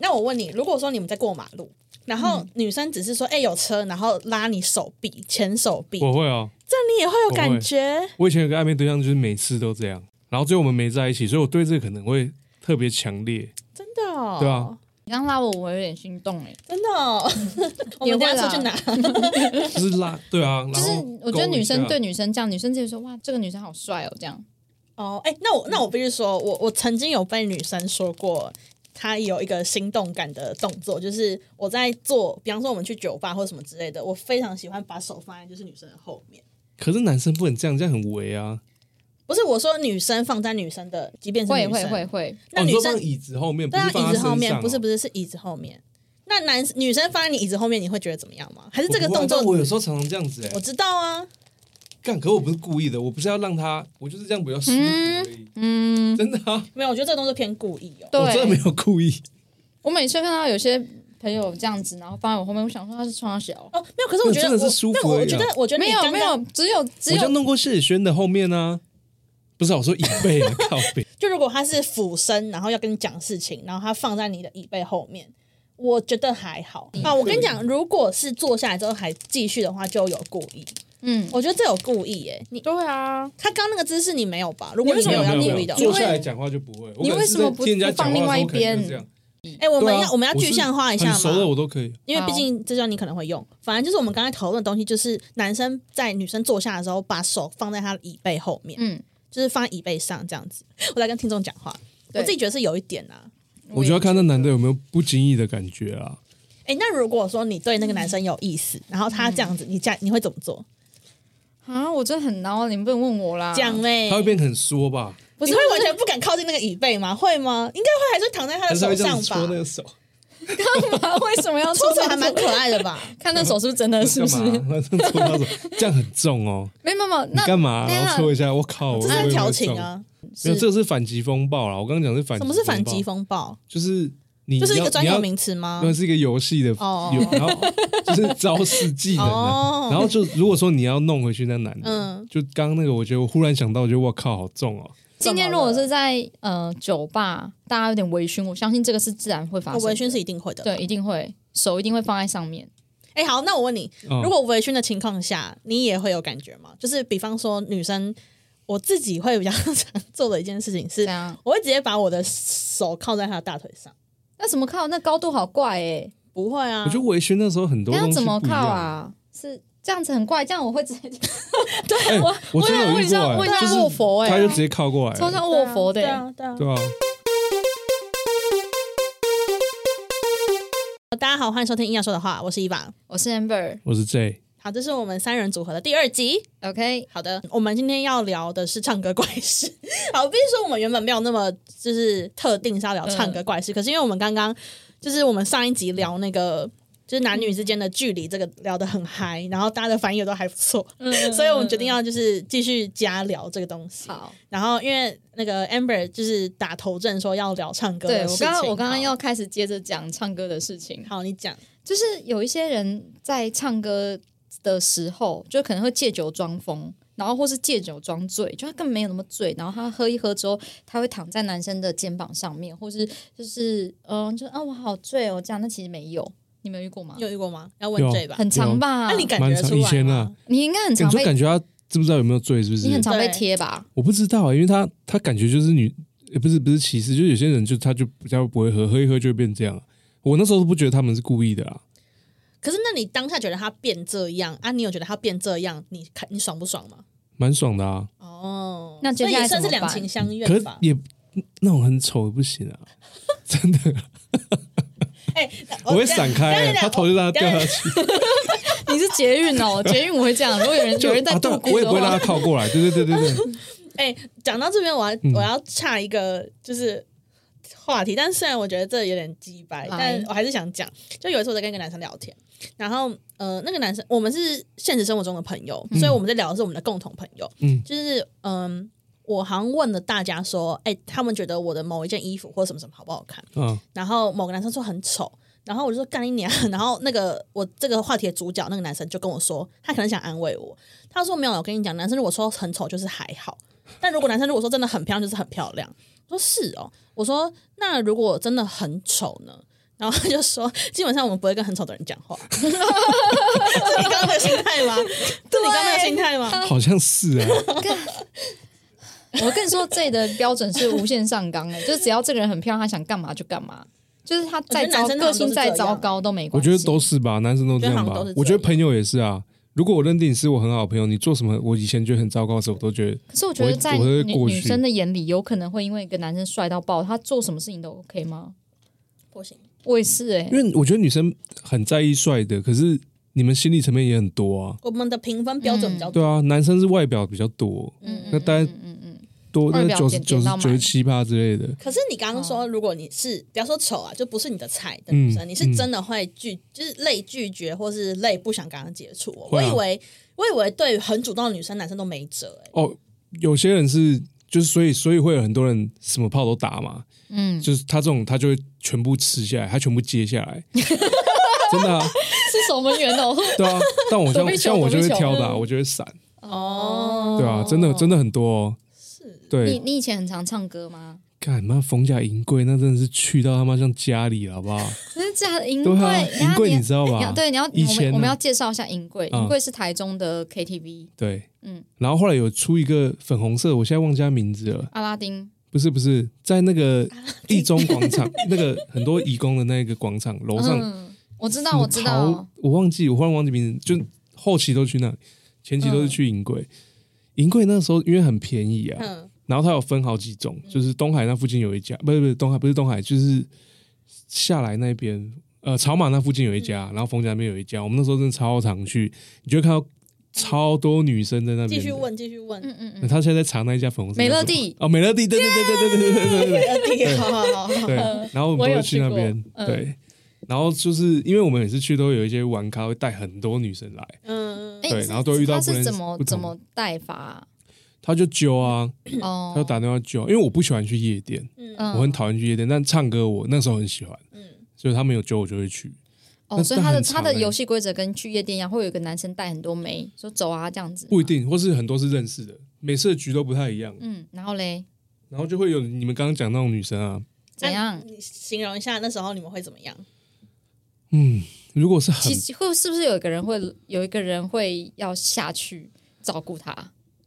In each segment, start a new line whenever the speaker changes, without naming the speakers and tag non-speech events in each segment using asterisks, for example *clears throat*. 那我问你，如果说你们在过马路，然
嗯
后女生只是说“哎、有车”，然后拉你手臂、前手臂，
我会啊，
这你也会有
我
感
会
觉。
我以前有个暧昧对象，就是每次都这样，然后最后我们没在一起，所以我对这个可能会特别强烈。
真的、哦，
对啊，
你刚拉我，我有点心动哎。
真的、哦。
*laughs*
我
也
们
会
等一
啦
下出去拿，
就是拉，对啊，然
就是
后
我觉得女生
勾
对
一下
女生这样，女生直接说哇，这个女生好帅哦，这样。
哦，哎、那我那我必须说，我我曾经有被女生说过，她有一个心动感的动作，就是我在做，比方说我们去酒吧或什么之类的，我非常喜欢把手放在就是女生的后面，
可是男生不能这样，这样很违啊。
不是我说女生放在女生的，即便是女
会
生，
会会会，
那
哦，你
女
说
生、
放椅子后面，不
对
是
啊，
放
椅子后面，不是不
是。
是是椅子后面。那男女生放在你椅子后面，你会觉得怎么样吗？还是这个
我不会啊
动作？
但我有时候常常这样子哎、
我知道啊，
干，可我不是故意的，我不是要让他，我就是这样比较舒服而已。
嗯，
真的
*laughs*
啊，
没有，我觉得这个动作偏故意哦。
对，
我真的没有故意。
我每次看到有些朋友这样子，然后放在我后面，我想说他是穿小哦，
哦，没有，可是我觉得
没有真的是
我
舒服
没有，我
而已
觉
啊
得我觉得
没
你
有
刚
没
刚
有，只有只
我就
有
弄过谢宇轩的后面啊，不是啊我说椅背啊，靠背。
就如果他是俯身，然后要跟你讲事情，然后他放在你的椅背后面，我觉得还好
嗯
啊。我跟你讲，如果是坐下来之后还继续的话，就有故意。
嗯，
我觉得这有故意耶、你
对啊，
他刚那个姿势你没有吧？如果
你
你
为什
没
么
有要
没有
故意的
没有
坐
话，
下来讲话就不会。我
你
可能
为
是
什么
在
不
听人家
不放
讲话的
另外
时
一
候可能
边
就是这样
哎、我们
对啊
要、我们要
是
具象化一下
很熟的
嘛。
我都可以。
因为毕
好
竟这叫你可能会用，反正就是我们刚才讨论的东西，就是男生在女生坐下的时候，把手放在她的椅背后面，
嗯，
就是放在椅背上这样子。我在跟听众讲话，我
对
自己觉得是有一点啊，
我觉得看那男的有没有不经意的感觉啊。
哎、那如果说你对那个男生有意思，然后他这样
嗯
子，你这样你会怎么做？
啊，我真的很孬，你们不能问我啦，
讲嘞、
他会变得很缩吧，
不是
你会完
我
全不敢靠近那个椅背吗？会吗？应该会，还是躺在他
还
的
是他
手
会这样
上
子戳
吧？*laughs*
那个
干
手？
嘛？为什么要
搓
搓
手
手？
还蛮可爱的吧？
看那手是不是真
呃
的？是不是？
干嘛？ *laughs* 这样戳他
*laughs*
手，这样很重哦。
没有没有没有，
你
那
干嘛？
那
然后戳一下，我靠！
这
我
是调情！啊！
我以为会中没有，这个是反击风暴啦。我刚刚讲的是反
什
击风
么
暴，
是反击风暴？
就是你
就是一
你
个
要
专
你
有
要
名词吗？
那是一个游戏的，
哦
有然后就是招式技能
哦
啊。然后就如果说你要弄回去那男的
嗯，
就刚刚那个，我觉得我忽然想到，我觉得我靠，好重哦。
今天如果是在呃酒吧，大家有点微醺，我相信这个是自然会发
哦
生的。
微醺是一定会的。
对，一定会手一定会放在上面。
哎、好，那我问你，
嗯
如果微醺的情况下，你也会有感觉吗？就是比方说女生，我自己会比较常做的一件事情
这
是，
样，
我会直接把我的手靠在他的大腿上。
那怎么靠？那高度好怪哎、
不会啊，
我觉得微醺那时候很多
那
东
要
西
怎么
不一
靠
样？
啊？是这样子很怪，这样我会 *laughs* 直接
哎，我
我
真的有
我
遇
很像
过
我
哎，
很
就
像卧
是
佛哎、
他就直接靠过来
超
了，
像卧佛的、
对
欸。
啊，对啊。
对啊，
啊大家好，欢迎收听《硬要说的话》，我是伊娃。
我是 Amber，OK，、
我是 J。
好，这是我们三人组合的第二集。
OK
好的，我们今天要聊的是唱歌怪事。 *laughs* 好，必须说我们原本没有那么就是特定是要聊唱歌怪事，可是因为我们刚刚就是我们上一集聊那个。就是男女之间的距离，这个聊得很嗨，然后大家的反应也都还不错，
嗯
所以我们决定要就是继续加聊这个东西。
好。
然后因为那个 Amber 就是打头阵说要聊唱歌
对
的
我
事情，
刚刚我刚刚
好
要开始接着讲唱歌的事情，
好，你讲，
就是有一些人在唱歌的时候，就可能会借酒装疯，然后或是借酒装醉，就他根本没有那么醉，然后他喝一喝之后，他会躺在男生的肩膀上面，或是就是嗯，就啊我好醉哦这样，那其实没有，你没有遇过吗
你？有遇过吗？要问
有
J 吧。
很常吧？
那、你感觉
蛮
得
常
出
以
来
前
吗？
啊
你应该很
你
常
就
被
感觉他知不知道有没有醉，是不是
你？很常被
对
贴吧？
我不知道、啊，因为他他感觉就是女，呃不是不是歧视，就是有些人就他就比较不会喝，喝一喝就会变这样。我那时候都不觉得他们是故意的啊，
可是，那你当下觉得他变这样啊？你有觉得他变这样，你看你爽不爽吗？
蛮爽的啊。
哦，
那接
所以
下来
也算是
怎么
两
办
情相
可
悦
是
吧？
也那种很丑也不行啊，真的，
哎，
哦
我会闪开、欸
等一下等一下
他头就让他
等
掉
一
下
下
去，
你是捷运哦，捷运我会这样。如果有人
就
有人在
啊对
度
啊
孤
我也
的
不会让
话
他，靠过来。对对对对对，
哎，讲到这边，我要
嗯
我要岔一个就是话题，但虽然我觉得这有点鸡掰，
来
但我还是想讲。就有一次我在跟一个男生聊天，然后呃，那个男生我们是现实生活中的朋友，
嗯
所以我们在聊的是我们的共同朋友。
嗯，
就是嗯、我好像问了大家说，哎，他们觉得我的某一件衣服或什么什么好不好看？
*laughs*
啊，
然后某个男生说很丑，然后我就说干你娘，然后那个我这个话题的主角那个男生就跟我说，他可能想安慰我，他说没有，我跟你讲，男生如果说很丑就是还好， *laughs* 但如果男生如果说真的很漂亮就是很漂亮，我说是哦，我说那如果真的很丑呢？然后他就说，基本上我们不会跟很丑的人讲话。 *laughs* 是你刚刚的心态吗？是你刚刚的心态吗？
好像是啊，
我跟你说，这里的标准是无限上纲的，就是只要这个人很漂亮，他想干嘛就干嘛，就是他再糟
我觉得男生
个
好像都是这样
性再糟糕都没
我
关系。
觉得都是吧，男生都这样
我觉得好像
吧
都是这。样
我觉得朋友也是啊。如果我认定你是我很好的朋友，你做什么我以前觉得很糟糕的时候，我都觉得
可是我觉得在
我会
女
过去
女生的眼里，有可能会因为一个男生帅到爆，他做什么事情都 OK 吗？
不行，
我也是哎、
因为我觉得女生很在意帅的，可是你们心理层面也很多啊。
我们的评分标准比较
对
多。
啊，男生是外表比较多，
嗯，
那大概
嗯嗯
多
外
那
表
九十
点
九
点
十
到
九
满
十七趴之类的。
可是你刚刚说，如果你是不要说丑啊，就不是你的菜的女生，
哦嗯
你是真的会拒，就是类拒绝，或是类不想跟她接触哦。我
会啊
以为，我以为对于很主动的女生，男生都没辙哎。
哦，有些人是就是所以所以会有很多人什么炮都打嘛，
嗯嗯，
就是他这种他就会全部吃下来，他全部接下来。 *laughs* 真的啊，
是守门员哦。
对啊，但我
躲避
像
球
像我就
躲
会
避球
挑打，我就会闪，
哦
对啊，真的真的很多哦，
是
*laughs* 你
对，
你以前很常唱歌吗？
干嘛逢甲银柜那真的是去到他妈像家里了，好不好？
真的假的？银
对
柜，
啊，
然
银
后
柜
你
你知道
你要
吧？
对，你要
以
我
前
们
啊
我们要介绍一下银柜，
嗯
银柜是台中的 KTV，
对，
嗯
然后后来有出一个粉红色，我现在忘记他名字了，
阿拉丁，
不是不是，在那个
啊
一中广
*laughs*
场那个很多义工的那个广场楼上
嗯，我知道我知
什么
道
桃，我忘记，我忽然忘记名字，就后期都去那里，前期都
嗯
是去银柜。银柜那时候因为很便宜啊，
嗯，
然后它有分好几种，就是东海那附近有一家，不是不是东海，不是东海，就是下来那边，呃，草马那附近有一家，然后逢甲那边有一家。我们那时候真的超常去，你就会看到超多女生在那边的。
继续问，继续问。
嗯嗯
呃，
嗯，
他现在在查那一家粉红色
美
叫
乐
什么
蒂
哦，美乐蒂，对对对对对对对对对
二弟，哎好好好，嗯
哎
对对。然后我们
我
都
有
会
去
去那
过
边，
嗯
对。然后就是因为我们每次去都有一些玩咖会带很多女生来，
嗯，
哎
对
是
然后都遇到
他
不
是
认识
怎么
不同
怎么带法
*clears throat*
啊？
他就揪啊，
哦
他就打电话揪，因为我不喜欢去夜店，
嗯
我很讨厌去夜店，但唱歌我那时候很喜欢，
嗯
所以他们有揪我就会去。
哦，
那
所以他的
那很
他
长
的
欸
游戏规则跟去夜店一样，会有一个男生带很多妹，说走啊这样子，
不一，定，或是很多是认识的，每次的局都不太一样，
嗯，然后嘞
然后就会有你们刚刚讲那种女生啊，
怎样
那？你形容一下那时候你们会怎么样？
嗯，如果是很
其实会是不是有一个人会有一个人会要下去照顾他？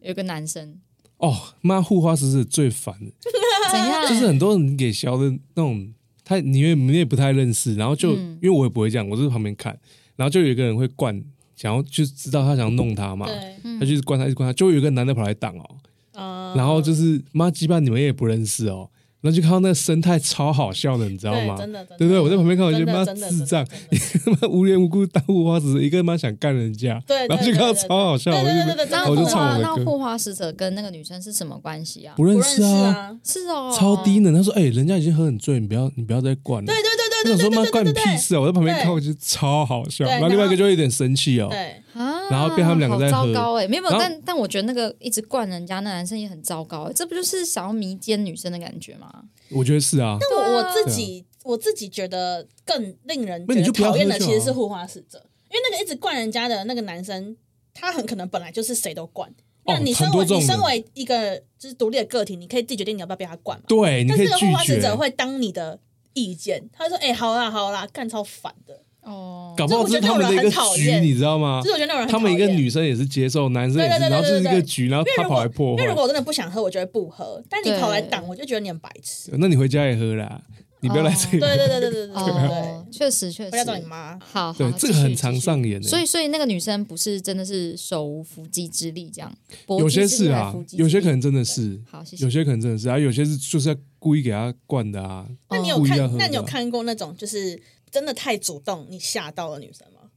有一个男生
哦妈护花使者最烦的，
*laughs* 怎
嗯
样？
就是很多人给削的那种，他你也你也不太认识，然后就、
嗯
因为我也不会这样，我就是旁边看，然后就有一个人会灌，想要就知道他想要弄他嘛，
对，
嗯
他就是灌他，一直灌他，就有一个男的跑来挡哦，
嗯，
然后就是妈鸡巴你们也不认识哦，然后就看到那个生态超好笑的，你知道
对，
吗？
真的，真的
对不对？我在旁边看，我
真
就
的
妈
真的
智障，
真的真的
他妈无缘无故当护花使，一个妈想干人家，
对对
然后就看到
对对
超好笑，
对
我
对
就哦
对对对
那
对
我
护
就唱
花
我
那
的歌，
护花使者跟那个女生是什么关系啊？
不
不
认
认
识
识
啊，
啊，
是哦，
超低能。他说：“哎，人家已经喝很醉，你不要哎你不要再灌了。”
对对对对对
那种
对
说
对
妈
对
关你
对
屁事啊！我在旁边
对
看，我觉得超好笑。
对
然后另外
然
一
后
个就有一点生气哦，
对，
啊！
然后被他们两个在
好
喝
糟糕哎、没有，没有
然后
但但我觉得那个一直灌人家那男生也很糟糕、欸，这不就是想要迷奸女生的感觉吗？
我觉得是啊，
但我我自己我自己觉得更令人
那
觉
你
得
就不要
讨厌的
喝就
其
好
实是护花使者，因为那个一直灌人家的那个男生，他很可能本来就是谁都灌。那
哦
你身
很多
为
这种
你身
人
为一个就是独立的个体，你可以自己决定你要不要被他灌嘛。
对，你
但
可以
是这个
拒
护花使
绝
者。会当你的意见，他说：“哎、好啦好啦，干超烦的。
哦，
搞不好这是他们的一个局，你知道吗
就？是我觉得那种人很
他们一个
讨厌
女生也是接受，男生也
对对
是，
对对
然后就是一
对对
个
对
局，然后
因为
他
如
跑
果
来破
因为如
坏
果。我真的不想喝，我就会不喝。但你跑来
对
挡，我就觉得你很白痴。
那你回家也喝啦，你不要来
哦
这
对
里。
对对对对对对
哦
对，，
确实确
回家找你
实，
妈。
好，好
对，
继
这个
续
很常上演欸
所
的。
以所以那个女生不是真的是手无缚鸡之力这样，搏
有
击
些
之
是
力
啊
还是缚，鸡
有
之
些
力
可能真的是，
好，谢谢
有。些可能真的是啊，有些是就是要故意给他灌的啊。
那你
哦
有
故意要
看
喝？
那你有
的啊
看过那种就是真的太主动，你吓到了女生吗？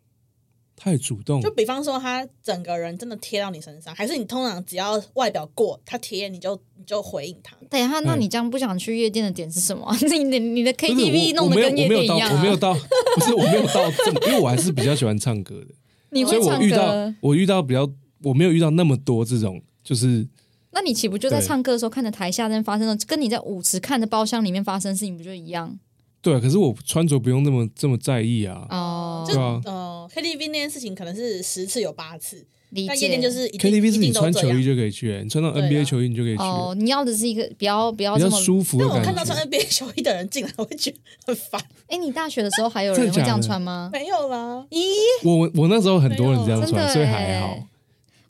太主动
就，比方说，她整个人真的贴到你身上，还是你通常只要外表过，她贴你就你就回应她？
等一下，那
嗯
你这样不想去夜店的点是什么？ *laughs* 你你你的
不是
KTV
我
弄得跟夜店一样、啊
我没有到，我没有到，不是我没有到这么，因为我还是比较喜欢唱歌的，
你
所以
会
我
唱
遇到
歌，
我遇到比较，我没有遇到那么多这种，就是
那你岂不就在
对
唱歌的时候看着台下在发生的，跟你在舞池看着包厢里面发生的事情不就一样？
对啊、可是我穿着不用那么这么在意啊，
哦
就
对啊
嗯、呃哦，KTV 那件事情可能是十次有八次，
理
但夜
解
店就是一定
KTV 是
一
你
定都
穿
这
球衣
样。
就可以去、欸你穿到
对啊
NBA 球衣你就可以去，
哦，你要的是一个不要不要
比
这
较
么
舒服
但
的
我
感
看到穿
觉。
NBA 球衣的人进来，我会觉得很烦。
哎、你大学的时候还有人会
真的
这
假
样
的啊
穿吗？
没有啦，
咦，
我我我那时候很多人这样
没有真
穿，
的
所以还好啊
欸。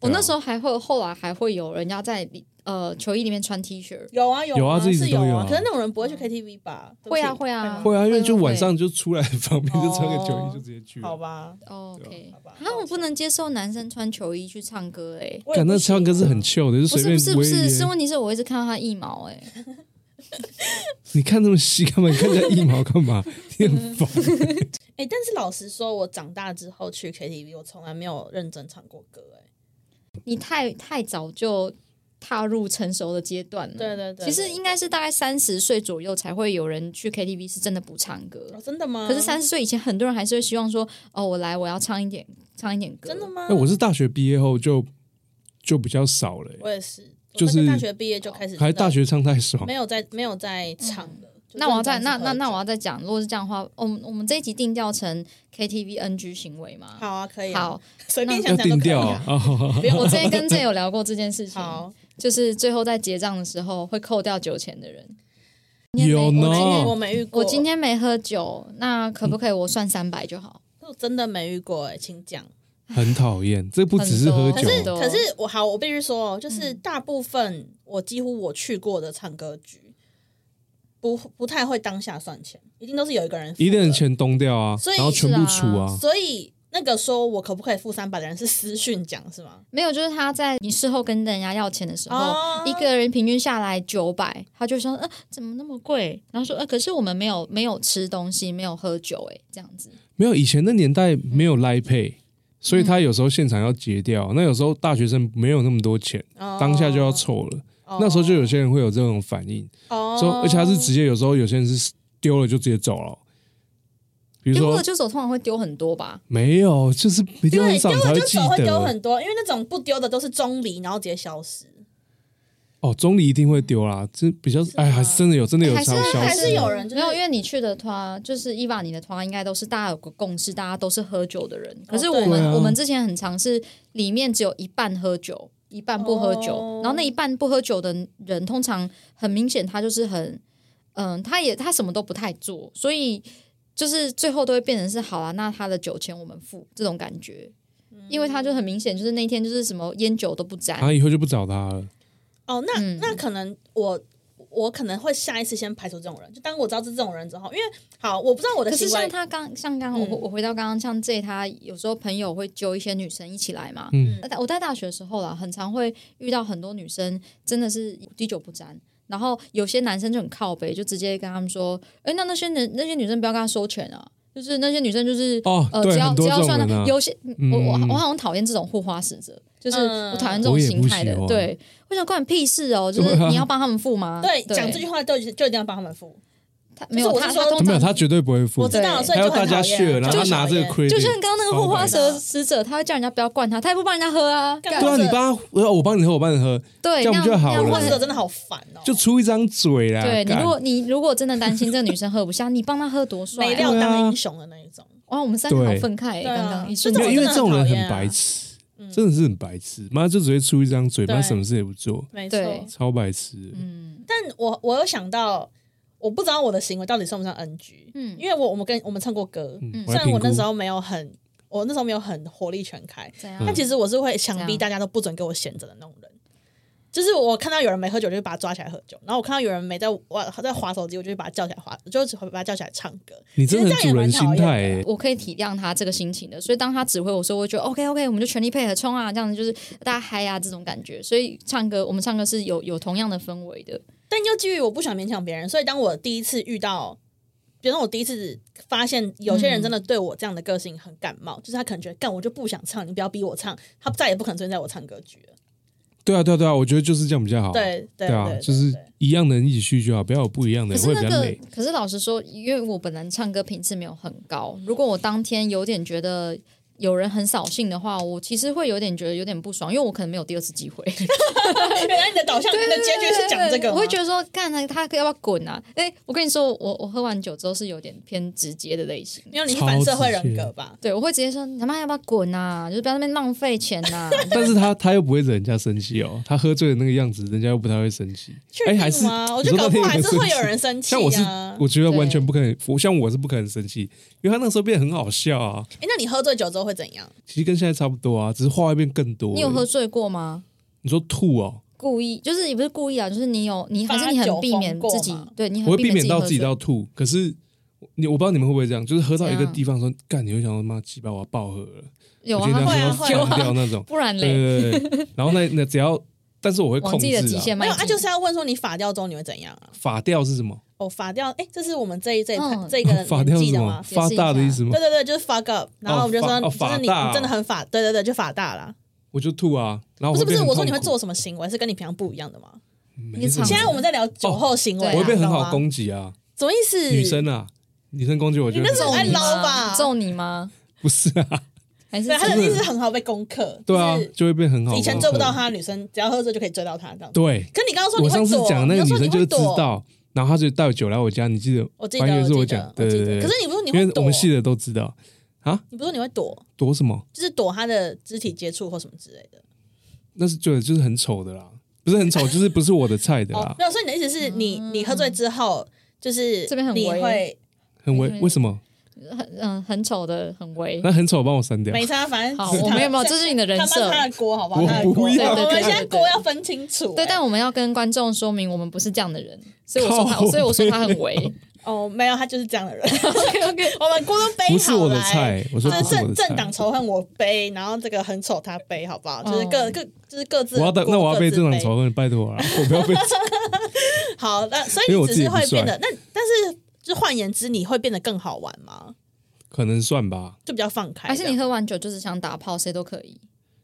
我那时
候
候还会，后来还会有人家在里呃球衣里面穿 T 恤，
有啊有
有啊这一直
是有
都有啊
可是那种人不会去 KTV 吧？对不
会啊
起嗯
会啊
会啊，因为就
会会
晚上就出来 *laughs* 很方便，就穿个球
哦
衣就直接去
好
了。
吧，
哦 OK，
好吧
啊，我不能接受男生穿球衣去唱歌哎、
我也
感
不
那
行
唱歌是很
啊
chill 的，就
不是
随
不
便
是
不
不
会
是，是问题是我一直看到他腋毛哎、
你看这么细干嘛？你看人家一毛
*laughs*
干嘛？你很疯。
哎、但是老实说，我长大之后去 KTV，我从来没有认真唱过歌、哎，
你太太早就踏入成熟的阶段了。
嗯对对对
其实应该是大概三十岁左右才会有人去 KTV 是真的不唱歌
哦，。真的吗？
可是三十岁以前，很多人还是会希望说，哦，我来，我要唱一点，唱一点歌。
真的吗？
哎，我是大学毕业后就就比较少了欸、
我也是，
就
我大概
是
大学毕业就开始，
还大学唱太爽
没。有在没有在唱的。就
那我要
认
再
真
那
是喝
那那
酒
我要再讲，如果是这样的话，我们我们这一集定调成 KTV NG 行为吗？
好啊，可以、啊，
好，
随便
那
想
*laughs* 要
想都
定
可以
调
啊、 *laughs*
啊！哦
不用
我之前跟 J 有聊过这件事情，
*laughs* 好，
就是最后在结账的时候会扣掉酒钱的人。
有呢
我今天我
哦，
没遇过，
我今天没喝酒，那可不可以我算三百就好？
我真的没遇过、哎，请讲。
哦 *laughs* 很讨厌。这不只是喝
可
酒，啊
是
很多
可是我好，我必须说，哦，就是大部分我几乎我去过的唱歌局，不不太会当下算钱，一定都是有一个人付
一定
的
人钱东掉啊
所以，
然后全部除啊。
所以那个说我可不可以付三百的人是私讯讲是吗？
没有，就是他在你事后跟人家要钱的时候，
哦
一个人平均下来九百，他就说，呃，怎么那么贵？然后说，呃，可是我们没有没有吃东西，没有喝酒、欸，哎，这样子。
没有以前的年代没有 Line Pay，所以
嗯
他有时候现场要结掉。那有时候大学生没有那么多钱，
哦
当下就要凑了。那时候就有些人会有这种反应，
哦
说而且他是直接有时候有些人是丢了就直接走了，比如
丢了
说
就走，通常会丢很多吧？
没有，就是没
因
丢
为
很
丢
少你才
了就
记
走会丢
得。
很多，因为那种不丢的都是中离，然后直接消失，
哦，中离一定会丢啦，这比较哎，还是真的有真的有
还是
超消
啊还
失
是有人就是
没有，因为你去的团就是伊娃，你的团应该都是大家有个共识，大家都是喝酒的人。可是我
哦对
们、
啊
我们之前很常是里面只有一半喝酒，一半不喝酒，
哦
然后那一半不喝酒的人，通常很明显他就是很，嗯，他也他什么都不太做，所以就是最后都会变成是好啊，那他的酒钱我们付这种感觉。因为他就很明显，就是那天就是什么烟酒都不沾，
然后以后就不找他了。
哦，那、
嗯
那可能我。我可能会下一次先排除这种人，就当我知道是这种人之后，因为好，我不知道我的
可是
行为
像他刚像刚刚我、
嗯
我回到刚刚像这他有时候朋友会揪一些女生一起来嘛，
嗯
那在我在大学的时候啦，很常会遇到很多女生真的是滴酒不沾。然后有些男生就很靠北，就直接跟他们说：“哎，那那些人那些女生不要跟他收钱啊，就是那些女生就是、
哦
呃，
对
只要
很多
只要
这种
算
人
了
啊
有些、我我
嗯
我好像讨厌这种护花使者，就是
嗯
我讨厌这种
我也不
心态的。
喜欢
对，我想关你屁事哦，就是
对啊
你要帮他们付吗？
对讲这句话就就一定要帮他们付，
他没有
就是我
他
是说
他通
没有，
常
他绝对不会付
我。知道，
对
所以
他
就
要
很
大家
讨厌啊
share，然后他
就很
拿这个
讨厌
credit，
就像刚刚那个护花
超白
蛇
的
使者，他会叫人家不要灌他，他也不帮人家喝啊，
干
对啊，你帮他，呃我帮你喝，我帮你
哦
喝，
对，
这样不就好
那
了
护
样
花使
会
者真的好烦哦，
就出一张嘴啦。
对你，
干
如果你如果真的担心这个女生喝不下，你帮她喝多帅
没
啊！
料当英雄的那一种。
哇，我们三个好
对
愤慨欸，
对啊
刚刚一
这
瞬
没
种我
有
间
因
真
为
的
这种人
很讨
很
厌啊
白痴，真的是很白痴，妈就只会出一张嘴，妈
对
什么事也不做，
没错，
对
超白痴。
但我我有想到，我不知道我的行为到底算不算 NG，嗯，因为我我们跟我们唱过歌，
嗯
虽然我那时
候
候没有很，我那时候没有很火力全开，
怎
但
嗯
样？
其实我是会强
这
逼
样
大家都不准给我闲着的那种人。就是我看到有人没喝酒，我就会把他抓起来喝酒；然后我看到有人没在玩在划手机，我就会把他叫起来划，我就会把他叫起来唱歌。
你真的很主人心
其实这
态
样也
欸，
我可以体谅她这个心情的，所以当她指挥我说，我就觉得 OK OK，我们就全力配合冲啊，这样子就是大家嗨啊这种感觉。所以唱歌，我们唱歌是有有同样的氛围的。
但又基于我不想勉强别人，所以当我第一次遇到，比如说我第一次发现有些人真的对我这样的个性很感冒，就是他可能觉得干我就不想唱，你不要逼我唱，他再也不可能出现在我唱歌局了。
对啊，对啊，对啊，我觉得就是这样比较好。
对对
对啊
对，，
就是
对
一样的人一起去就好，不要有不一样的
可
人，
是
会比
那
较
个
美。，
可是老实说，因为我本来唱歌频次没有很高，如果我当天有点觉得有人很扫兴的话，我其实会有点觉得有点不爽，因为我可能没有第二次机 *laughs* 会。
原来你的导向、你的结局是讲这个吗，
我会觉得说，干他他要不要滚啊？哎，我跟你说，我我喝完酒之后是有点偏直接的类型。
因为你是反社会人格吧？
对，我会直接说你他妈要不要滚啊！就是不要在那边浪费钱啊呐、
但是他他又不会惹人家生气哦，他喝醉的那个样子，人家又不太会生气。
确
哎、
定
还是
吗？我觉
你
得搞
说那
不
天
好还
有
是
生
会
气
有人生气
像我是
啊。，
我觉得完全
对
不可能，我像我是不可能生气，因为他那时候变得很好笑啊，
哎、那你喝醉酒之后会怎样？
其实跟现在差不多啊，只是话会变更多而已。
你有喝醉过吗？
你说吐哦，
故意就是也不是故意啊，就是你有你
发
还是你
酒
很避
疯
免
过
自己
吗，
对你
我
很
会避免
己
到
喝
自己
醉
到吐。可是你我不知道你们会不会这样，就是喝到一
怎
个
样
地方说，干，你会想说妈鸡巴我要爆喝了，
有
我
啊
今，天
会啊
要
会
喝
啊
要干掉那
*laughs*
种。
不然嘞，
对对对对，然后那那只要，但是我会
往
控
自己的
制
极
啊。
限
没
迈
有，
进。
啊，就是要问说你法掉之后你会怎样啊？
法调是什么？
哦，法掉，哎、这是我们这一这一、
嗯
这个
*laughs* 法
年
调是
纪
什
的
么？
吗？
解释
发
一
大的意
下
思吗
啊对？对对，就是 fuck up，然后我就说，
嗯法哦
就是你、
法大哦
你真的很法，对对对，就法大啦。
我就吐啊，然
不
后我
是
会
不是，
变
我
很
说你会
痛苦，
做什么行为是跟你平常不一样的吗？
没
你
什么
常
现在我们在聊酒后行为、啊，
哦
我会变很
懂吗
好攻击啊，
什么意思？
女生啊，女生攻击我觉
你那
得
时候
揍
爱
你
捞
吗
吧
揍你吗？
不是
*laughs*
啊，
还是
对他的
怎
意
样
思是很好被攻克，
对啊
就，是
就会变很好。
以前追不到，他的女生，只要喝醉就可以追到他这样子。
对，
可你刚刚说你
我
会
上次
躲
讲那个
你
女
刚说
生就
你会
是知
躲，
道，然后她就带我酒来我家，你记得？
我记得，
完全是
我
我
记得
讲，
我
对
记
对
得
对。
可是你不是说你
因
会
为
躲，
我们系的都知道
你不是说你会躲，
躲什么，
就是躲他的肢体接触或什么之类的。
那是对，就是很丑的啦，不是很丑，就是不是我的菜的
哦
啦，，
没有，所以你的意思是你你喝醉之后，就是
这边很
你
微
会
很为
对
为什么？
很嗯很丑的，很微。
那很丑，帮我删掉。
没差，反正
好，
是
我
他
没有没有，
是
这是你的人
他
设
妈。他的锅好不好？
我
他的锅，
不要
我
对对
们
对
现在
对对
锅要分清楚。
对，
哎
但我们要跟观众说明，我们不是这样的人，所以我说他，
靠
所以我说他很伪。
*laughs* 哦，没有，他就是这样的
*laughs*
人。
OK OK，
我们锅都背好来，
不是我的菜，我说
这
不是我
政
的
政党
菜。
仇恨我背，然后这个很丑他背，好不好？就是各
哦
各就是各自的
我要
锅。
当那我要被
各自
政党
背
仇恨，拜托了， *laughs* 我不要被。
好，那所以
因为
你
我
只
自己
是
不
会
帅
变得那，但是就换言之，你会变得更好玩吗？
可能算吧，
就比较放开
还
这样。
是你喝完酒就是想打炮，谁都可以。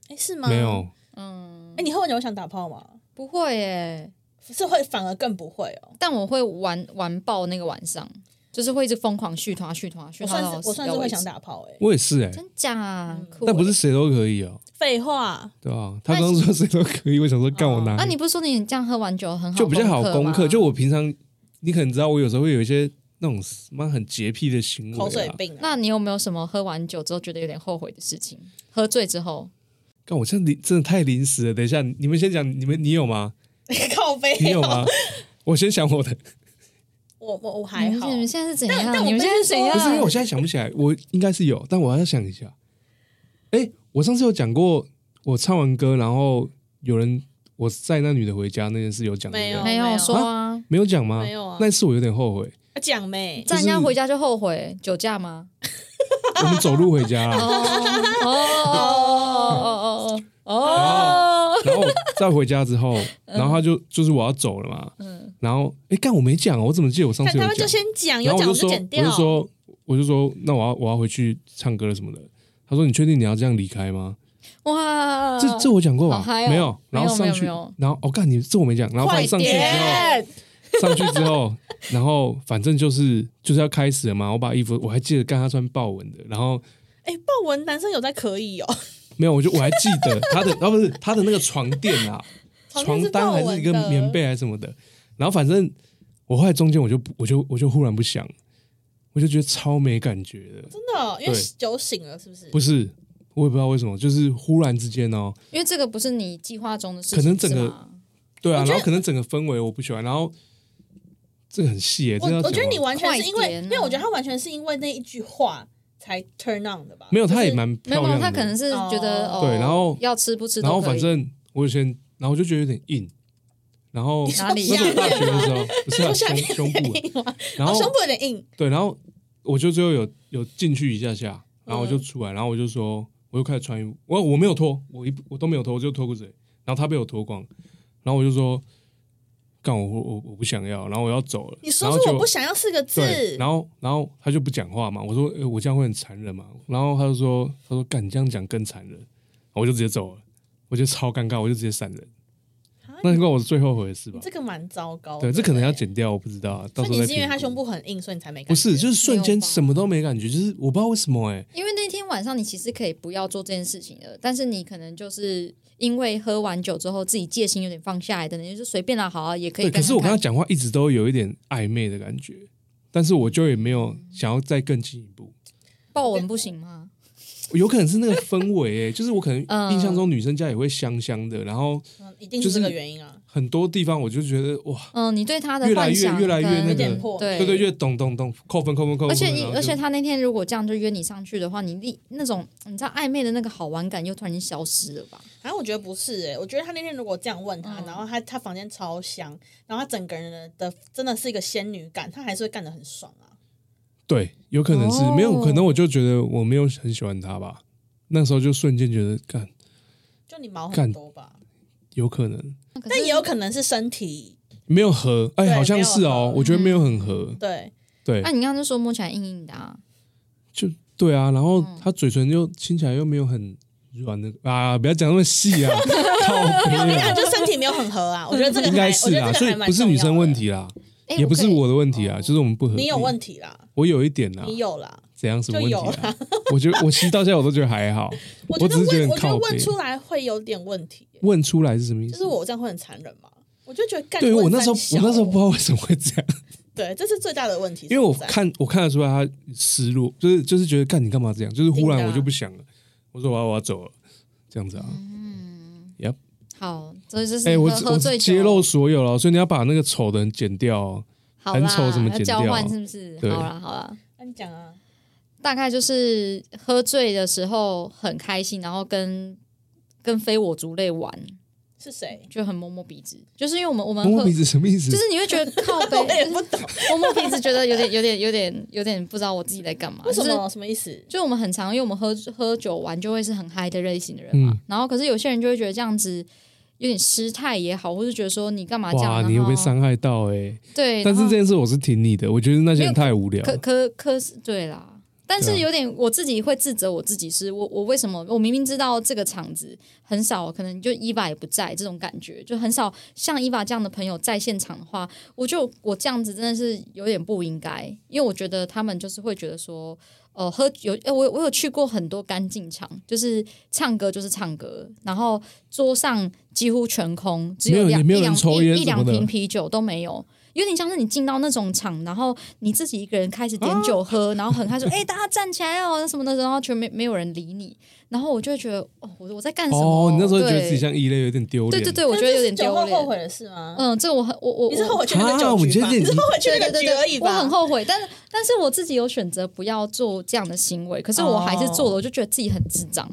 哎是吗？
没。有，
嗯
哎，，你喝完酒会想打炮吗？
不会耶，
是会反而更不会哦。
但我会玩玩爆那个晚上，就是会一直疯狂续团续团续
我
团
算
到
是我
死
算
掉
是
为
会
止
想。打嗯炮哎。
我也是哎，
真假啊？酷
但不
耶
是。谁都可以哦，
废话，
对吧？他刚刚说谁都可以，我想说干我
那
哪
啊你
里
不是说你这样喝完酒很好
就比较好
攻
攻克？就我平常，你可能知道我有时候会有一些那种妈很洁癖的行为
口水
啊。
病啊。
那你有没有什么喝完酒之后觉得有点后悔的事情？喝醉之后，
干我现在临真的太临时了，等一下你们先讲，你们你有吗？
*laughs* 靠背、哦
你有吗？我先想我的，
我我我还
你
好
们，你们现在是怎
但但
样？
我
你们现在是怎
必须说
样？
不是因为我现在想不起来，我应该是有，但我要想一下。哎，我上次有讲过，我唱完歌，然后有人我载那女的回家那件事有讲，
没
对不对
有
没有说啊，
没有讲吗？
没有啊
那一次我有点后悔，
啊讲没？
载人家回家就后悔酒驾吗？
我们走路回家啦
哦哦哦哦哦哦！
然后我再回家之后，
嗯
然后他就就是我要走了嘛，然后哎，干我没讲哦，我怎么记得我上
看
次有
嗯他
讲
们？就先讲，
然
有
后
讲
我
就
说，
剪
我
掉。
就说，我就说，那我要我要回去唱歌了什么的。他说：“你确定你要这样离开吗？”
哇，
这这我讲过吧
好？嗨哦
没有，然后
没
上
有
去
没有没有，
然后哦，干你这我没讲，然后反
快
正上去之后，
点！
上去之后， *laughs* 然后反正就是就是要开始了嘛。我把衣服我还记得，干他穿豹纹的，然后
哎，豹纹男生有在可以哦， *laughs*
没有，我就我还记得他的 *laughs* 哦不是他的那个床垫啊，
床垫
床
是
单还
豹纹
是一个
的
棉被还是什么的，然后反正我后来中间我就不我就我就忽然不想，我就觉得超没感觉的，
真的哦，因为
对
酒醒了是不是？
不是。我也不知道为什么，就是忽然之间哦，
因为这个不是你计划中的事情，
可能整个
是吗
对啊，
我觉得
然后可能整个氛围我不喜欢，然后这个很细耶、这
我
个要
我觉得
讲吗哦
你完全是因
快
为，
点啊
因为我觉得他完全是因为那一句话才 turn on 的吧？
没有，他也
就是
蛮
没
漂
有，没有
亮
他
的，
可能是觉得
哦
哦，
对然后
要吃不吃都
然
可以，
后反正我有些，然后我就觉得有点硬，然后
哪里
那时候大学的时候
*laughs*
不是、啊、
下
胸
面
胸
有
部
点，硬吗？
然
哦
后
胸部有点硬，
对，然后我就最后有有进去一下下，
嗯
然后我就出来，然后我就说，我就开始穿衣服，我我没有脱，我一我都没有脱，我就脱裤子而已，然后他被我脱光，然后我就说，干我我我不想要，然后我要走了，
你说
然后
出我
就
不想要四个字，
对，然后然后他就不讲话嘛，我说、呃我这样会很残忍嘛，然后他就说他说干你这样讲更残忍，我就直接走了，我觉得超尴尬，我就直接闪人，
啊
那应该我是最后悔的事吧
你？这个蛮糟糕的。
对，这可能要剪掉，我不知道啊，到
所以
时
你
候再
是因为
评
他
估
胸部很硬，所以你才没感觉
不是，就是瞬
没有
间
吧
什么都没感觉，就是我不知道为什么哎、
因为那天晚上你其实可以不要做这件事情的，但是你可能就是因为喝完酒之后自己戒心有点放下来的，你就是随便啦、好啊，也可以
对，
看看。
可是我跟他讲话一直都有一点暧昧的感觉，但是我就也没有
嗯
想要再更进一步。
豹纹不行吗？
有可能是那个氛围、欸，就是我可能
嗯
印象中女生家也会香香的，然后
嗯一定
就是
这
是
个原因啊。
很多地方我就觉得哇，
嗯，你对他的
越来
幻
越
想
越来越
跟
那个有
点破
对
对对，越懂懂懂，扣分扣分扣分，
而且
扣分
一
然后就
而且他那天如果这样就约你上去的话，你立那种嗯你知道暧昧的那个好玩感又突然间消失了吧？
反正我觉得不是诶、欸我觉得他那天如果这样问
嗯
他，然后他他房间超香，然后他整个人的真的是一个仙女感，他还是会干得很爽啊。
对，有可能是、
哦
没有，可能我就觉得我没有很喜欢他吧。那时候就瞬间觉得，干，
就你毛
干
很多吧，
有可能
但也有可能是身体
没有合，哎、
对
好像是
没有
哦
合，嗯啊
我觉得没有很合，
对，
*laughs* 对
那、，你刚刚就说摸起来硬硬的啊，
就对啊。然后
嗯
他嘴唇又亲起来又没有很软的啊，不要讲那么
*laughs*
细啊，靠背
他
啊，
哎就身体没有很合
*laughs*
啊。我觉得这个
应
还
该
我
是
觉
啊，
得这个
所以
还蛮
不是女生问
重要
题啦，
哎
也不是
可以
我的问题啊，就是啊我们不合
的，哦
意。
你有问题啦，
我有一点啦，
你有啦。
怎样什么问
就有
题啊？我觉得我其实到现在我都觉得还好，
*laughs* 我觉
我
得
只是觉得
问，
很
我觉得
靠背
问出来会有点问题耶、
问出来是什么意思？
就是我这样会很残忍嘛？我就觉得干。
对
问
我那时候
三
我
小
那时候不知道为什么会这样，
对，这是啊最大的问题所在，
因为我看我看得出来他失落，就是就是觉得干你干嘛这样，就是忽
真
然
的啊
我就不想了，我说我要我要走了，这样子啊。
好，所以嗯就是
哎、我
喝
只
喝
我
醉
只
酒
揭露所有了，所以你要把那个丑的人剪掉、哦。
好
很
啦，
丑怎么
要
剪
交
掉
换是不是？
对
好啦好啦，
那你讲啊，
大概就是喝醉的时候很开心，然后跟跟非我族类玩，
是谁？
就很摸摸鼻子，就是因为我们我们
摸摸
喝
鼻。子什么意思？
嗯就是你会觉得靠
*laughs*
背
我也不懂啊
*laughs*
摸摸鼻子，觉得有点、有点、有点、有点不知道我自己在干嘛。
为什
就是
么什么意思？
就我们很常，因为我们喝喝酒玩就会是很嗨的类型的人嘛。
嗯
然后可是有些人就会觉得这样子有点失态也好，或是觉得说你干嘛这样？
哇，
然
你有被
后
伤害到哎、
对，
但
然
是这
后
件事我是挺你的，我觉得那些人太无聊了。
可可可是对啦。但
对
是
啊
有点，我自己会自责我自己是，我我为什么我明明知道这个场子很少，可能就伊娃也不在这种感觉，就很少像伊娃这样的朋友在现场的话，我就我这样子真的是有点不应该，因为我觉得他们就是会觉得说，呃，喝有呃我我有去过很多干净场，就是唱歌就是唱歌，然后桌上几乎全空，只
没有
两
也没有
一两
人抽烟
一一
什么
两
的
瓶啤酒都没有。有点像是你进到那种场，然后你自己一个人开始点
啊
酒喝，然后很开心，哎、大家站起来哦，什么的，然后全没没有人理你，然后我就会觉得，哦，我我在干什么？
哦，你那时候觉得
对
自己像异类，有点丢
对
脸。
对对，我觉得有点
这是酒
丢
后
脸
后。悔的事吗？
嗯，这个我很我我
你是
我
后悔去那个
啊
酒
我
局
觉
吧？
得你
你是后悔去
对
那
对
个
对
局而
对
已，
我
吧？
很后悔，但是但是我自己有选择不要做这样的行为，可是我还是做了，我就觉得自己很智障。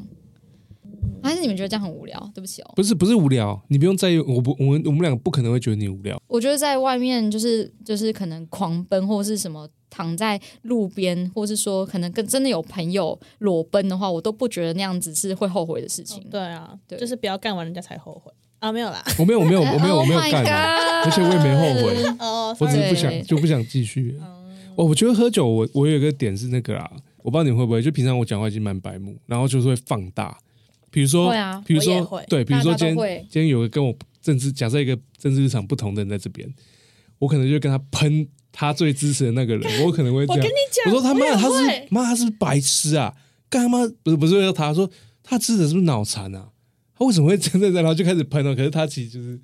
还是你们觉得这样很无聊？对不起哦，
不是不是无聊，你不用在意。我不，我们我们两个不可能会觉得你无聊。
我觉得在外面就是就是可能狂奔或是什么，躺在路边，或是说可能跟真的有朋友裸奔的话，我都不觉得那样子是会后悔的事情。
对啊，
对
就是不要干完人家才后悔啊，没有
*laughs*
啦。
我没有，我没有，哦我没有，我没有
Oh my
干啊，
God
而且我也没后悔。
哦，
我只是不
sorry
想，就不想继续。
嗯
哦，我觉得喝酒，我我有一个点是那个啦，我不知道你会不会，就平常我讲话已经蛮白目，然后就是会放大，比如说
会啊，
比如
我也
说
会
对，比如说
大家
今
都
天
会
今天有个跟我政治假设一个政治立场不同的人在这边，我可能就跟他喷他最支持的那个人，我可能会这
我跟
样
你，讲，
我说他妈
也
的他
会
是妈他是不是白痴啊，干他妈不是不是说他说他支持是不是脑残啊，他为什么会真的在然后就开始喷哦了，可是他其实就是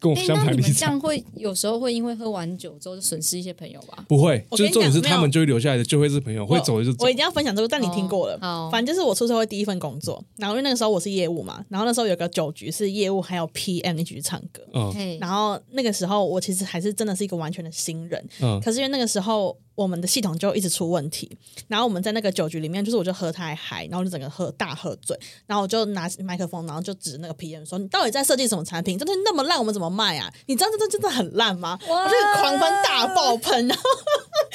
跟我
哎
相
那
反
你
立
们这
场。
样会有时候会因为喝完酒之后就损失一些朋友吧？
不会，
我
就
跟你
是重
讲
点是
没
他
有
们就会留下来的，就会是朋友，会
我
走的就走
我一。定要分享这个，但你听过了。
哦好
反正就是我出社会第一份工作，然后因为那个时候我是业务嘛，然后那时候有个酒局是业务还有 PM 一起去唱歌，
嗯
嘿
然后那个时候我其实还是真的是一个完全的新人，
嗯，
可是因为那个时候我们的系统就一直出问题，然后我们在那个酒局里面，就是我就喝太嗨，然后就整个喝大喝醉，然后我就拿麦克风，然后就指那个 PM 说：“你到底在设计什么产品？真的那么烂，我们怎么卖啊？你知道这这真的很烂吗？”
哇
我就狂喷大爆喷，然后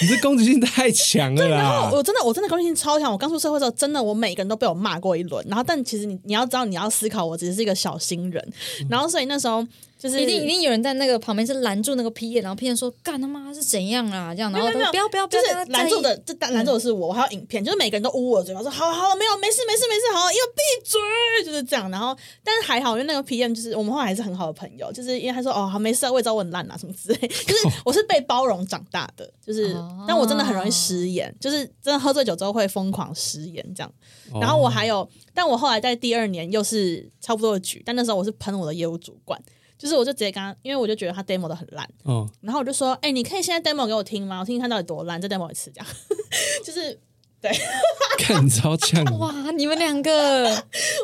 你这攻击性太强了
然
啦
后！我真的我真的攻击性超强，我刚出社会的时候，真的我每个人都被我骂过一轮，然后但其实你你要知道，你要思考，我只是一个小新人，然后所以那时候。就是
一定一定有人在那个旁边是拦住那个 P 眼，然后 P 眼说：“干他妈是怎样啊啦？”这样，然后
没有没有
他说不要不要不
就
要
是
跟他在意，
拦住的，这拦拦住的是我，我还有影片，就是每个人都捂我嘴巴说好好没有没事没事没事好，要闭嘴，就是这样。然后但是还好，因为那个 PM 就是我们后来还是很好的朋友，就是因为他说哦好没事啊，我也知道我很烂啊什么之类，就是我是被包容长大的，就是、
哦
但我真的很容易失言，就是真的喝醉酒之后会疯狂失言这样。
哦
然后我还有，但我后来在第二年又是差不多的局，但那时候我是喷我的业务主管，就是我就直接跟他，因为我就觉得他 demo 的很烂。
哦，
然后我就说：“哎、你可以现在 demo 给我听吗？我听听看到底多烂，再 demo 一次这样。” *laughs* 就是
看超
*laughs*
呛，
哇，你们两个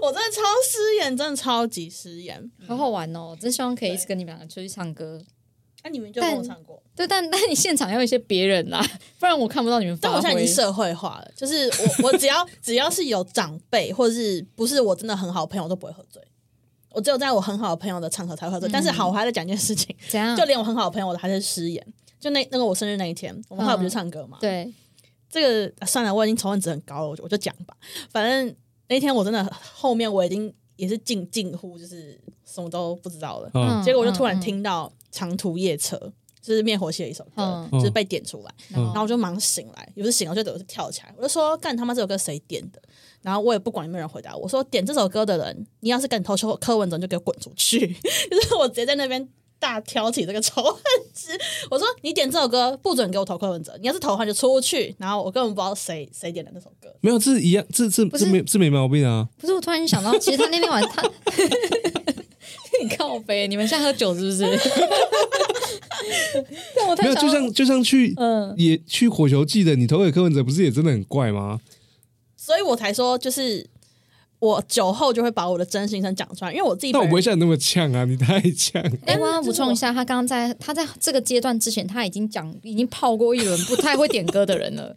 我真的超失言，真的超级失言。
好好玩哦！真希望可以一直跟你们两个出去唱歌。
那、你们就跟我
但
唱过，
对，但但你现场要有一些别人啦， *laughs* 不然我看不到你们发
但
挥。
我现在已经社会化了，就是我我只要 *laughs* 只要是有长辈或是不是我真的很好的朋友，我都不会喝醉。我只有在我很好的朋友的场合才会喝
嗯
醉。但是好，我还在讲一件事情，
怎样
就？连我很好的朋友，我还是失言。就那那个我生日那一天，我们后来不是
嗯
唱歌嘛？
对，
这个、啊算了，我已经仇恨值很高了，我就我就讲吧。反正那天我真的后面我已经也是近近乎就是什么都不知道了，
哦
嗯
结果我就突然听到《长途夜车》就是灭火器的一首歌，
嗯
就是被点出来，
嗯
然后我就忙醒来，有时醒来我就等是跳起来，我就说干他妈这首歌谁点的？然后我也不管有没有人回答我，我说点这首歌的人，你要是敢偷抽柯文哲，你就给我滚出去！ *laughs* 就是我直接在那边大挑起这个仇恨值，我说你点这首歌不准给我投柯文哲，你要是投的话就出去。然后我根本不知道谁谁点的那首歌，
没有，这一样，这这
是
这没这没毛病啊。
不是我突然想到，其实他那天晚上
*laughs*
他，你靠背，你们现在喝酒是
*laughs*
不是？但我突
没
然
有，
想
就
到，
像就像去
嗯，
也去火球季的，你投给柯文哲不是也真的很怪吗？
所以我才说就是我酒后就会把我的真心声讲出来，因为我自己本
但我
人
不会像你那么呛啊，你太呛。
哎、
但
我要
是
补
就是
充
我
一下，他刚刚在他在这个阶段之前，他已经讲已经泡过一轮不太会点歌的人
*laughs*
了。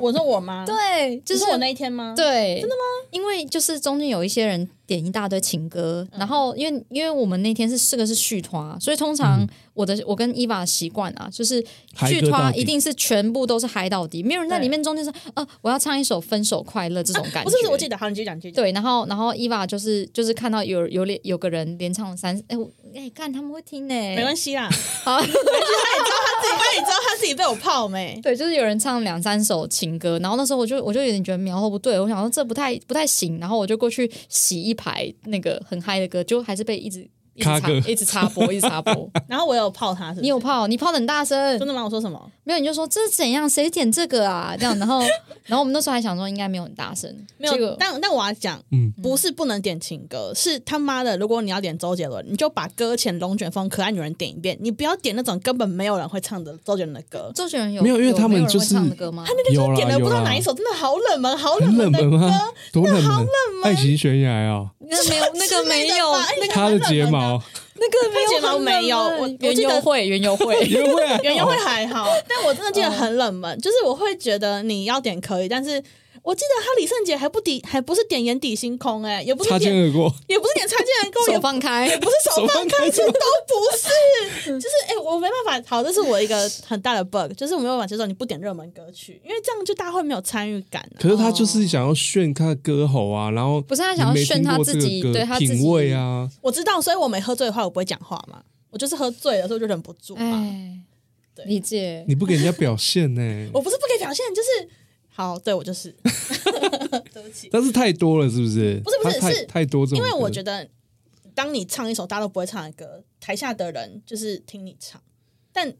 我说我吗？，
对，就
就是是我那一天吗？，
对，真的吗？因为就是中间有一些人点一大堆情歌，
嗯
然后因为因为我们那天是这个是续团，啊所以通常
嗯
我的、我跟伊娃的习惯啊，就是
嗨
续
歌到
团啊
底
一定是全部都是嗨到底，没有人在里面中间说呃我要唱一首《分手快乐》这种感觉。
啊不是不是，我记得，好，你继续讲，你继续讲。
对，然后然后伊娃就是就是看到有有连有个人连唱了三，哎我哎看他们会听呢、
没关系 *laughs* 啦，
好。。
他自己他也知道他自己被我泡没 *laughs*
对，就是有人唱两三首情歌，然后那时候我就我就有点觉得苗头不对，我想说这不太不太行，然后我就过去洗一排那个很嗨的歌，就还是被一直一直
卡
插
歌
一直插播，一直插
*laughs*
播。
然后我有泡他是不是，
你有泡，你泡的很大声
真，的吗？我说什么？
没有你就说这是怎样，谁点这个啊？这样，
*laughs*
然后然后我们那时候还想说应该没有很大声，
没
结
有，
果
但但我要讲，
嗯
不是不能点情歌，是他妈的，如果你要点周杰伦，你就把搁浅、龙卷风、可爱女人点一遍，你不要点那种根本没有人会唱的周杰伦的歌。
周杰伦有
没有因为他们
有人
就
会
是
唱的歌吗？
有啦
点了
有
不知道
啦，
哪一首，真的好冷门，好
很
门
冷
的
门
歌，
吗？多冷门，爱情悬崖啊，
那没有那个没有 *laughs*
那个
他的睫
啊
毛，
那个
没有睫毛没有我我
原
记得
油会原油
*laughs*
会。
约会啊
原油会还好， *laughs* 但我真的记得很冷门，就是我会觉得你要点可以，但是我记得他李圣杰还不抵，还不是点眼底星空、哎，也不是
擦肩
点，
而过，
也不是点擦肩而过，也
手放
*laughs*
开，
不是手
手
放
放
开，
开
这都不是， *laughs* 就是哎、我没办法，好，这是我一个很大的 bug，就是我没有办法接受你不点热门歌曲，因为这样就大家会没有参与感、啊。
可是他就是想要炫他的歌喉啊，然后
不是他想要
你没
炫他
听过这
自
个
己
歌
对他自己
品味啊，
我知道，所以我没喝醉的话，我不会讲话嘛，我就是喝醉了，所以我就忍不住嘛。
哎
对，
理解。
你不给人家表现呢、
*laughs* 我不是不给表现，就是好，对我就是， *laughs* 对不起，
但是太多了，是不是？
不是不是
他太
是
太多这种
因
歌，
为我觉得当你唱一首大家都不会唱的歌，台下的人就是听你唱，但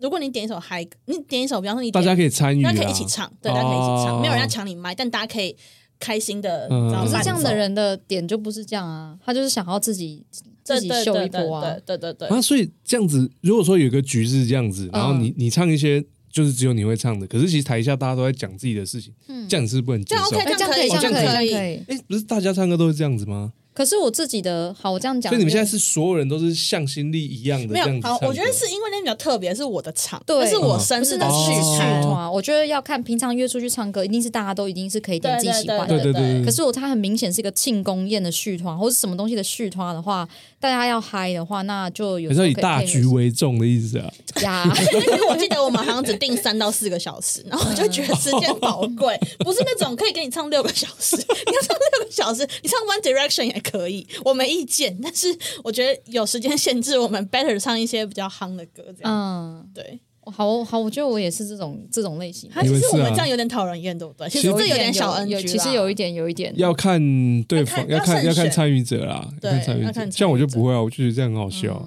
如果你点一首嗨歌，你点一首，比方说你
大
点
家可以参与、啊，
大家可以一起唱，对，
哦
大家可以一起唱，没有人要抢你麦，但大家可以开心的，
嗯
然后
可是
伴
这样
奏
的，人的点就不是这样啊，他就是想要自己
对
自己秀一波啊。，
对对对对对对对
啊，所以这样子，如果说有个局是这样子，然后
嗯
你、你唱一些就是只有你会唱的，可是其实台下大家都在讲自己的事情，
嗯
这样你是不是不能接
这样
受。
OK，
哎这样可以，
这
这
样
样
啊可以
可以，
这样可
以。
哎、不是大家唱歌都是这样子吗？
可是我自己的，好，我这样讲，
所以你们现在是所有人都是向心力一样的
没
这样
有
子
好
唱，歌
我觉得是因为那天比较特别，是我的场，
对
那是我
嗯
生
不
日
是
的
那
哦
是
序
续
曲，
团，我觉得要看平常约出去唱歌，一定是大家都一定是可以点自己喜欢
对
的。
对对
可是我他很明显是一个庆功宴的续团，或是什么东西的续团的话，大家要嗨的话，那就有
还
时
是
候
要
可
以
以
大局为重的意思啊。
配合呀。
*laughs*
*laughs* 但是我记得我们好像只定三到四个小时，然后我就觉得时 *laughs* 间宝贵，不是那种可以给你唱六个小时，你要唱六个小时，你唱 One Direction 也可以，我没意见，但是我觉得有时间限制，我们 better 唱一些比较夯的歌，这样、
嗯，
对。
好好，我觉得我也是这种这种类型的。
他其
你们
实
是啊
我们这样有点讨人厌，对不对？其实
其
这
实
有点小
有
NG
有
啦
其实有一点，有一点。
要看对方，
要看
看
要
要
慎选
看参与者啦，
对
看参
要
与
看参与
者。
者嗯
像我就不会啊，我就觉得这样很好笑。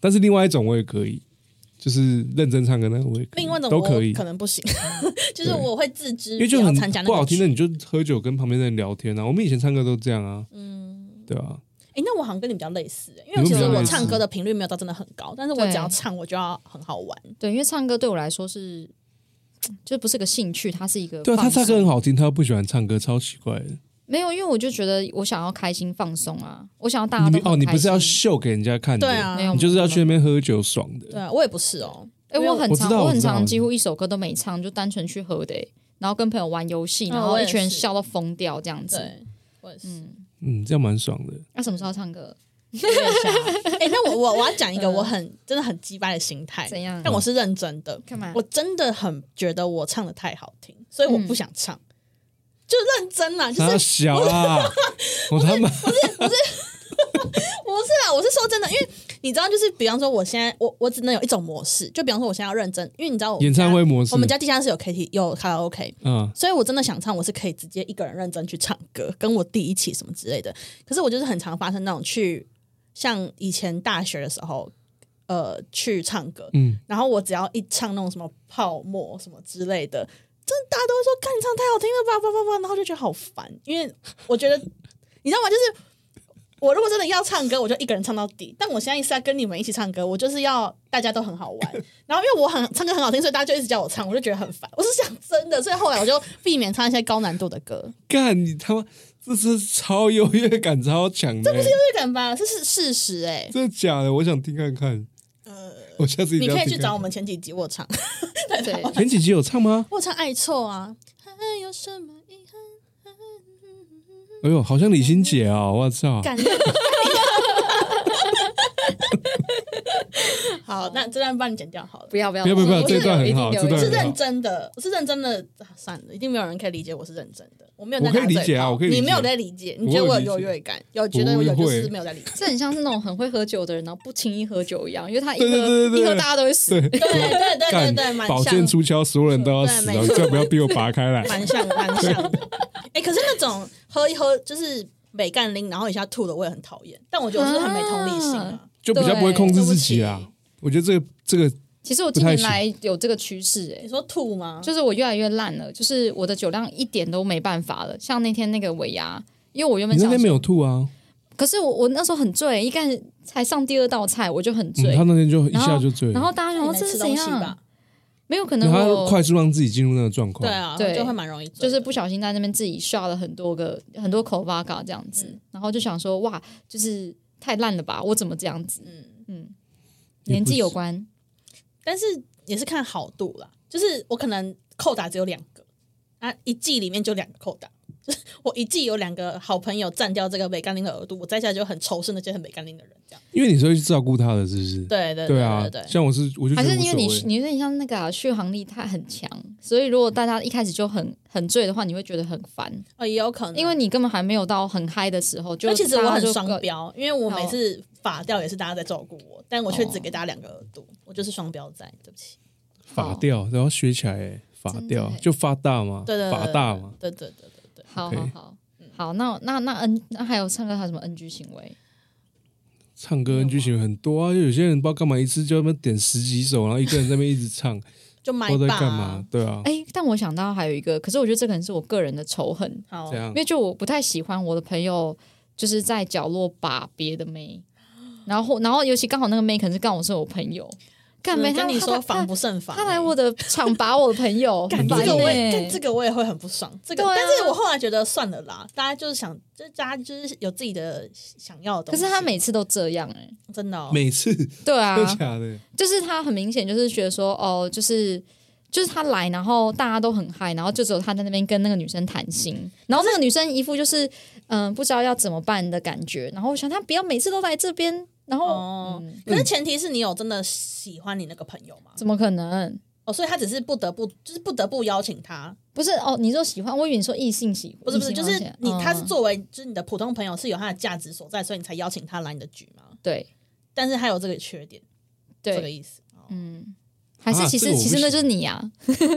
但是另外一种我也可以，就是认真唱歌那个我也可以
另外一种
都
我
可以，
可能不行， *laughs* 就是
对
我会自知
因为就
不要
很
参加那
不好
个
听的，
局。
你就喝酒跟旁边的人聊天啊。我们以前唱歌都这样啊，嗯，对啊，
哎、那我好像跟你比较类似、因为
你们
其
比
实
较
我
类似
唱歌的频率没有到真的很高，但是我
对
只要唱我就要很好玩。
对，因为唱歌对我来说是，就不是个兴趣，它是一个
对啊，他
放
唱歌
松
很好听，他又不喜欢唱歌，超奇怪的。
没有，因为我就觉得我想要开心放松啊，我想要大家
你
都
们哦，
很
你不是要
开心
秀给人家看的，
对啊，
没有
你就是要去那边喝酒爽
对
的。
啊，我也不是哦。
哎、我很
我
常
知道
我
我
很
知道
常几乎一首歌都没唱，就单纯去喝的、欸然后跟朋友玩游戏，
嗯
然
我
后
也
一群人
是
笑到疯掉这样子。
对，我也是。
嗯，这样蛮爽的。
那、什么时候
*laughs*
唱歌？
哎、那我我我要讲一个我很真的很鸡掰的心态，
*laughs* 嗯怎样嗯
但我是认真的，
干嘛
我真的很觉得我唱的太好听，所以
嗯
我不想唱，就认真啦，就是
他小啊，我 *laughs* 他妈
不是啦，我是说真的，因为你知道，就是比方说，我现在我我只能有一种模式，就比方说我现在要认真，因为你知道我
演唱会模
家
式
我，们家地下室有 K T 有卡拉 OK，
嗯，
所以我真的想唱，我是可以直接一个人认真去唱歌，跟我弟一起什么之类的。可是我就是很常发生那种去，像以前大学的时候，呃，去唱歌，
嗯，
然后我只要一唱那种什么泡沫什么之类的，真的大家都会说，看你唱太好听了吧，叭叭叭，然后就觉得好烦，因为我觉得你知道吗？就是我如果真的要唱歌，我就一个人唱到底。但我现在是在跟你们一起唱歌，我就是要大家都很好玩。然后因为我很唱歌很好听，所以大家就一直叫我唱，我就觉得很烦。我是想真的，所以后来我就避免唱一些高难度的歌，
干你他妈，这是超优越感超强的欸，
这感吧，这是事实哎、
真的假的？我想听看看。我下次一
呃你
定要
可以
听
去
看
找我们前几集我唱， *laughs*
对，
看前几集有唱吗？
我唱爱臭啊，还有什么遗憾？
哎呦，好像李心姐啊！我操，
感好，那这段帮你剪掉好了。
不要不要
不要不要不要
我是
这段
有
很
一定
好
有
这
一
段
是
定
很好
认真的，我是认真的。啊算了，一定没有人可以理解我是认真的。我没有
我
在
可以
打嘴
理解啊
炮
我可以理解
你没有在理解，你
我
觉得
有
我
理
有优
解
越感，有觉得
不
有就是
会
没有在理解。
*laughs* 这很像是那种很会喝酒的人，然后不轻易喝酒一样，因为他一喝
对对对对对
一喝大家都会死。
*laughs*
对
对对对对
干
对，蛮
宝剑
像，
出鞘，所有人都要
对
死
没
哦！你
错
最好不要逼我拔开来。
*laughs* 蛮像，蛮像 *laughs* 的。哎，可是那种喝一喝就是美干拎，然后一下吐的，我也很讨厌。但我觉得我是很没同理心啊。
就比较不会控制自己
对
啊。我觉得这个这个
其实我近
不太
年
行
来有这个趋势、欸，
你说吐
嗯
吗？
就是我越来越烂了，就是我的酒量一点都没办法了。像那天那个尾牙，因为我原
你
本
那
想
天
说
没有吐啊，
可是我我那时候很醉，一开始才上第二道菜我就很
嗯
醉，
他那天就一下就醉了，
然后大家想
哎你
说
没
这
吃
是怎
东西吧
样？？没有可能
然后
我
他快速让自己进入那个状况。
对，啊，
对
就会蛮容易醉的，
就是不小心在那边自己刷了很多个很多口 v o d 这样子，
嗯
然后就想说哇，就是太烂了吧，我怎么这样子？
嗯，
也不
年纪有关，
但是也是看好度啦。就是我可能扣打只有两个啊，一季里面就两个扣打，就是我一季有两个好朋友占掉这个北干林的额度，我在家就很仇视那些很北干林的人，这样。
因为你是会去照顾他的，是不是？
对对
对啊
对对，，
像我是我就
还
觉得
是
无
因为
所
你
谓。
你有点像那个、啊、续航力太很强，所以如果大家一开始就很很醉的话，你会觉得很烦，
哦也有可能，
因为你根本还没有到很嗨的时候就
那其实
大
我
家
很
就
双
各
标，因为我每次法调也是大家在照顾我，但我却只
哦
给大家两个额度，我就是双标仔，对不起。
法掉，然后学起来欸法
哦真的
掉
欸
就发大嘛，
对对对
法大嘛。
对对对对对，
好
OK
好好，好，那那那 N 那还有唱歌还有什么 NG 行为？
唱歌 NG 行为很多啊，就有些人不知道干嘛，一次就那边点十几首，然后一个人在那边一直
*laughs*
唱，不
就麦
知道在
霸
干嘛
啊。。
对啊，
哎、但我想到还有一个，可是我觉得这可能是我个人的仇恨，
好
这，样
因为就我不太喜欢我的朋友就是在角落把别的妹，然后然后尤其刚好那个妹可能是刚好是我朋友，干没
嗯
他
跟你
他
说
他
防不胜防欸。
他来我的场把我的朋友，
*laughs* 干
很
这
烦
个我也，
欸
干这个我也会很不爽。这个，
对啊
但是我后来觉得算了啦，大家就是想，就大家就是有自己的想要的东
可
西。
是他每次都这样哎、
真的、哦，
每次真
对
*laughs*
啊，
的假的？
就是他很明显就是觉得说，哦，就是就是他来，然后大家都很嗨，然后就只有他在那边跟那个女生谈心，然后那个女生一副就是嗯、不知道要怎么办的感觉，然后我想他不要每次都来这边，然后、
哦
嗯
可是前提是你有真的喜欢你那个朋友吗？
怎么可能？
哦，所以他只是不得不，就是不得不邀请他，
不是哦，你说喜欢，我以为你说异性喜欢，
不是不是，
异
就
性
是
关系
你他是
嗯
作为就是你的普通朋友是有他的价值所在，所以你才邀请他来你的局嘛。
对
但是他有这个缺点，这个
对，
意思。哦
嗯，还是
啊
其实、
这个我
其
不
实那
行
就是你啊，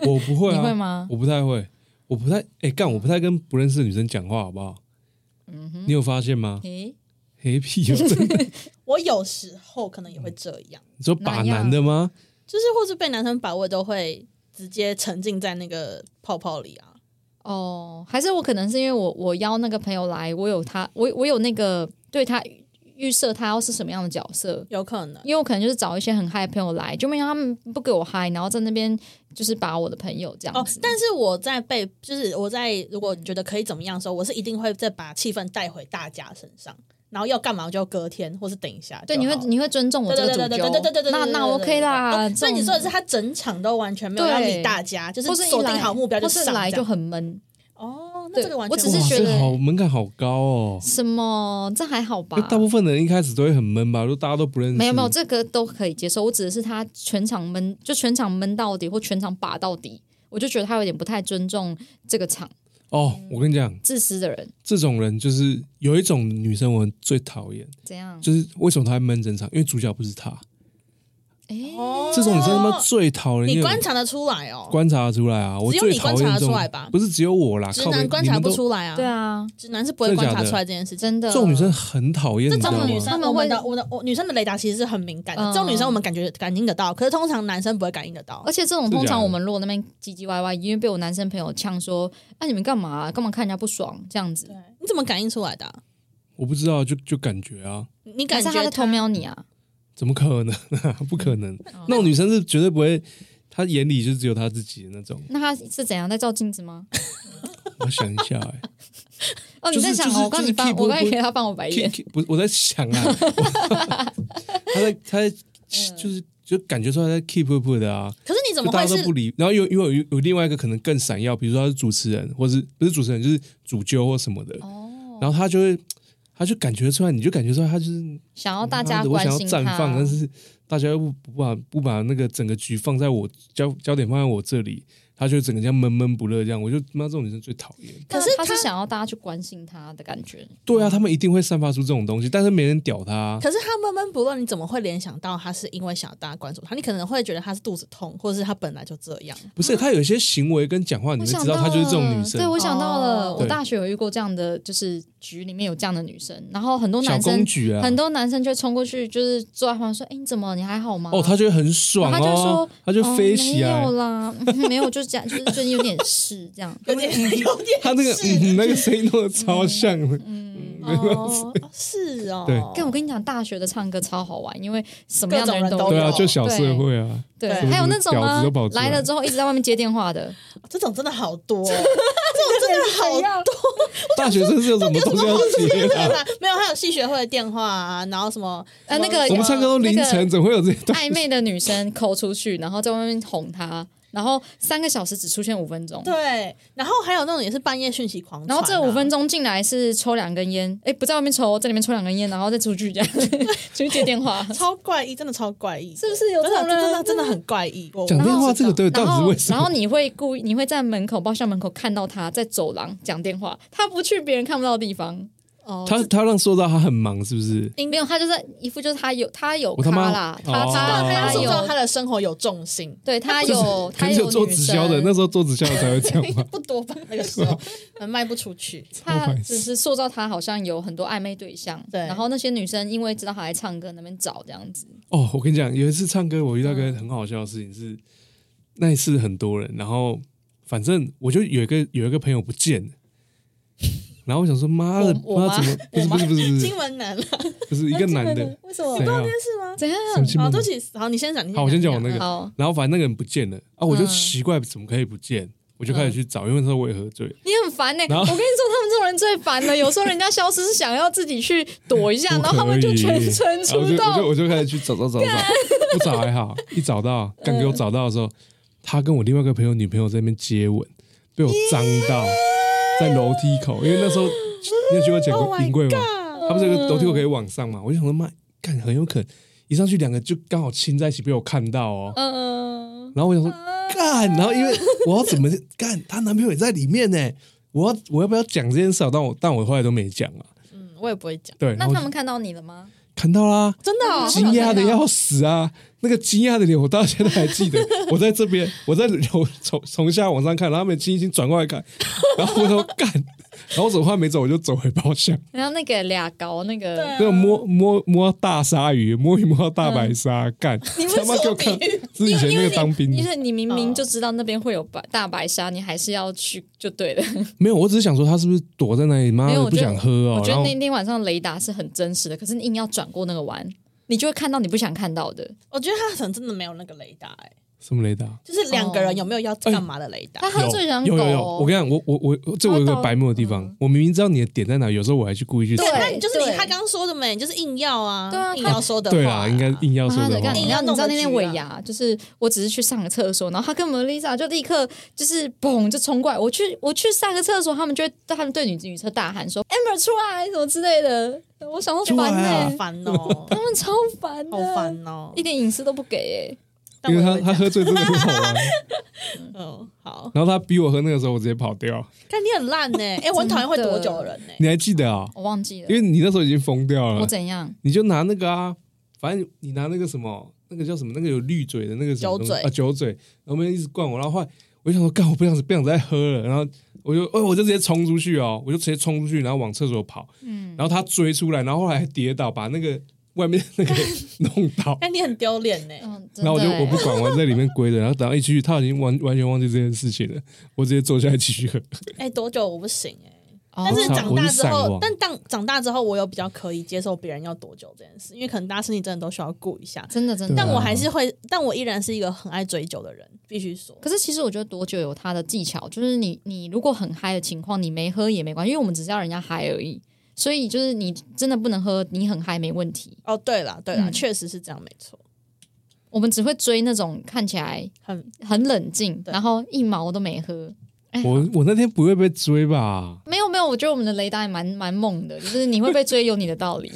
我不会
你
啊，
会吗？
我不太会，我不太哎干、我不太跟不认识的女生讲话，好不好？
嗯哼，
你有发
*laughs*
现吗？
诶，
黑屁有真的，
我有时候可能也会这样，
你说把男的吗？
就是或是被男生把握，都会直接沉浸在那个泡泡里啊。
哦，还是我可能是因为我我邀那个朋友来，我有他，我我有那个对他预预设他要是什么样的角色，
有可能，
因为我可能就是找一些很嗨的朋友来，就没有他们不给我嗨，然后在那边就是把我的朋友这样
哦
子。，嗯
但是我在被，就是我在如果觉得可以怎么样的时候，我是一定会再把气氛带回大家身上，然后要干嘛就隔天或是等一下就好了。
对，你会你会尊重我
对
这
对
个主
对对
角，
对对对对对，
那
对
那
对对
OK
对
啦。
对哦对所以你说的是他整场都完全没有要理
对
大家，就
或
是
是一
锁定
来
好目标就
或是
上
来
这
就
样
很闷，
哦，那
对
这个完
我
全
只是
无
哇，
法
觉
这
得
好门槛好高哦。
什么这还好吧
因为？大部分的人一开始都会很闷吧，如果大家都不认识，
没有没有，这个都可以接受。我指的是他全场闷，就全场闷到底，或全场把到底，我就觉得他有点不太尊重这个场，
哦。我跟你讲，
自私的人
这种人就是有一种女生我最讨厌，
怎样？
就是为什么她会闷整场？因为主角不是她，
哎，
哦
这种女生他妈最讨人厌。
你观察得出来哦，
观察得出来啊，我
只有
最
你
讨
观
厌
察得
这种
出来吧
不是只有我啦，
直
靠
男
北
观
你
察
们
不
都
出来啊，
对，啊，
直男是不会
真的
观
假
察
的
出来这件事情。
真的，
这种女生很讨厌，
这
你知
种
道
女
吗？
生，
他们
我们
会
的我们的我女生的雷达其实是很敏感的，
嗯
这种女生我们感觉感应得到，可是通常男生不会感应得到
而。且这种
真的
通
假
常
的
我们如果那边唧唧歪歪，因为被我男生朋友呛说：“啊，你们干嘛、干嘛看人家不爽？”这样子
对，，你怎么感应出来的啊、
我不知道，就就感觉啊，
你
还
感
是
觉
他在偷瞄你啊？。
怎么可能、 *laughs* 啊？不可能，
嗯
那种女生是绝对不会，她眼里就只有她自己的那种 *laughs*
那他是怎样在照镜子吗？
我想一
*laughs*
下、欸，
哦，你
就是
在想
就是
哦，我刚
就是
你翻，
keep-
我刚才给他翻我白眼
K-。K- 不，我在想啊， *laughs* 她在她在
嗯
就是就感觉出来在 keep up 的啊，
可是你怎么
就大
会
家
是
都不理。然后有因为有有另外一个可能更闪耀，比如说她是主持人，或是不是主持人就是主揪或什么的，
哦，
然后她就会。她就感觉出来，你就感觉出来，她就是
想要大
妈
家
的我
关
想要
心
绽
他，
放，啊但是大家又不不把不把那个整个局放在我焦焦点放在我这里，她就整个这样闷闷不乐这样，我就妈这种女生最讨厌。
可是
可是
他
他
是想要大家去关心他的感觉。
对啊，他们一定会散发出这种东西，但是没人屌他啊。
可是他闷闷不乐，你怎么会联想到他是因为想要大家关注他？你可能会觉得他是肚子痛，或者是他本来就这样。
不是他有些行为跟讲话，你
我
会
想
知
到
道
了，
他就是这种女
对，
生，
我想到了，
哦
我大学有遇过这样的，就是局里面有这样的女生，然后很多
小
男
公
生，
举啊。
很多男生就冲过去，就是坐在旁边说：“哎，你怎么？你还好吗？”
哦，他就会很爽
然后他就
哦
说，
他就飞起
哦、
来
没，有啦，嗯没有，就是这样，就是最近有点事这 *laughs* 样。
有点有点
他那个
是
嗯那个声音弄得超像的，
哦，哦是哦，
对
但我跟你讲，大学的唱歌超好玩，因为什么
各
样的
种
人
人
都
都
对
有
啊，就小社会啊，
对，
对
还有那种
屌
啊
子都跑，出来
来了之后一直在外面接电话 *laughs* 的，
这种真的好多，这种真的好多
大学生是有什么东西要接
对
*laughs* 啊？
吧？没有，还有系学会的电话啊，然后什么啊
呃那个
我们唱歌都凌
那
晨，怎么会有这些东西？
暧昧的女生抠出去，然后在外面哄她，然后三个小时只出现五分钟。
对，然后还有那种也是半夜讯息狂传啊、
然后这五分钟进来是抽两根烟，哎，不在外面抽，在里面抽两根烟，然后再出去这样， *laughs* 出去接电话，
超怪异，真的超怪异，
*laughs* 是不是有这
真的
种
真的
人？
真的很怪异。我
讲
我
电话
不
这
知
个
道
对，到
然
底是
后
为，什
然后
么？
你会故意，你会在门口包厢门口看到他在走廊讲电话，他不去别人看不到的地方。
哦，
他他让说到他很忙，是不是？
没有，他就是一副就是他有他有
我他妈
咖啦，
哦
他
他
他
他要
他
塑造他
有，
的生活有重心，。
对他有
可
他
能只有做
女
直销的，
生
那时候做直销的才会这样 *laughs* 吧
不多吧？那个时
*laughs*
候嗯卖不出去，
他
白
只
痴
是塑造他好像有很多暧昧对象，
对
然后那些女生因为知道他在唱歌，那边找这样子，
哦，我跟你讲，有一次唱歌，我遇到个很好笑的事情是，那一次很多人，然后反正我就有一个有一个朋友不见了，然后我想说妈的，
我我
妈怎么不是
我妈
不是不是不
金
是
门男了，啊
*laughs* 不是一个男的，
为什么？
谁啊？
是吗？
怎样？
什么新
好，
闻
对不起，好，你先讲。你
好我先讲我那个
好，
然后反正那个人不见了啊，我就
嗯
奇怪怎么可以不见，我就开始去找，因为那时候我也喝醉，
你很烦呢、
然后
我跟你说，他们这种人最烦了。有时候人家消失是想要自己去躲一下，
不
然后他们
可
就
以
全程
然后我
出
就我就
动。
我就开始去找找找找，不找还好，一找到，刚给我找到的时候，他跟我另外一个朋友女朋友在那边接吻，被我脏到，在楼梯口，因为那时候你有去过捡
Oh
过
my
银柜吗？
God
他不是有个楼梯口可以往上嘛？我就想说妈，看很有可能一上去两个就刚好亲在一起被我看到哦，
嗯，
然后我想说干，然后因为我要怎么干，她男朋友也在里面呢，我要我要不要讲这件事啊？但我但我后来都没讲啊。
嗯，我也不会讲，
对，
那
然后
他们看到你了吗？
看到啦，
真的哦、
嗯
惊讶的要死啊！那个惊讶的脸，我到现在还记
*laughs*
得。我在这边，我在我从从下往上看，然后他们轻轻转过来看，然后我说干，然后我走快没走，我就走回包厢，
然后那个俩搞那个，
对啊
那个摸摸摸到大鲨鱼，摸一摸到大白
嗯
鲨，干
你为
他妈
什
给
么
我看
比喻？
是以前那个当兵
因
的，
为你明明就知道那边会有白大白鲨，你还是要去就对了。
没有，我只是想说他是不是躲在那里，妈
没有
的
我
不
觉得
想喝哦
我，觉得
然后
那天晚上雷达是很真实的，可是你硬要转过那个弯，你就会看到你不想看到的。
我觉得他可能真的没有那个雷达、哎，
什么雷达？
就是两个人有没有要干嘛的雷达？
他喝醉养狗
有
哦、
有有，我跟你讲，我我我这我有个白目的地方，我明明知道你的点在哪，有时候我还去故意去
对
那你就是你
对
他刚刚说的嘛，你就是硬要啊，
对啊
硬要说的话、啊哎
对啦，应该硬要说
妈
的
的，
话
干
硬
你
要
啊知道你知道
弄
那
回去啊
天尾牙，就是我只是去上个厕所，然后他跟我们 Lisa 就立刻就是嘣就冲过来，我去我去上个厕所，他们就会他们对女女厕大喊说 Amber 出来什么之类的，我想
出
说
来
烦呢、
啊
好烦
*laughs*
哦、
他们超烦的，
好烦哦、
一点隐私都不给哎、
但
因
我
为
也
他
会
他喝醉真的很好玩。
嗯，好，
*laughs* 然后他逼我喝那个时候，我直接跑掉。
但你很烂呢、
*laughs*
哎、我很讨厌会躲酒的人欸呢、
你还记得啊、
我忘记了
因，为呃你那时候已经疯掉
我
了，
怎样？
你就拿那个啊，反正你拿那个什么，那个叫什么，那个有绿嘴的那个什
酒
么东西
嘴
啊，酒嘴，然后我们一直灌我，然后后来我就想说，干，我不想不想再喝了，然后我就哦，我就直接冲出去哦，我就直接冲出去，然后往厕所跑，
嗯，
然后他追出来，然后后来还跌倒，把那个外面
*laughs*
那个弄倒。
但你很丢脸呢。
嗯，真
然后我就
的欸
我不管，我在里面跪着，然后等到一出去，他已经完完全忘记这件事情了。我直接坐下来继续喝。
哎、躲酒我不行哎、
哦
但是
我
长大
是
之
散
后
网，
但当长大之后，我有比较可以接受别人要躲酒这件事，因为可能大家身体真的都需要顾一下。
真的真的，
对啊
但我还是会，但我依然是一个很爱追酒的人，必须说。
可是其实我觉得多久有它的技巧，就是你你如果很嗨的情况，你没喝也没关系，因为我们只是要人家嗨而已。所以就是你真的不能喝，你很嗨没问题。
哦，对了，对了，
嗯
确、实是这样，没错，
我们只会追那种看起来
很
很冷静，
对
然后一毛都没喝。
我我那天不会被追吧？
没有没有，我觉得我们的雷达也蛮蛮猛的，就是你会被追有你的道
*laughs*
理。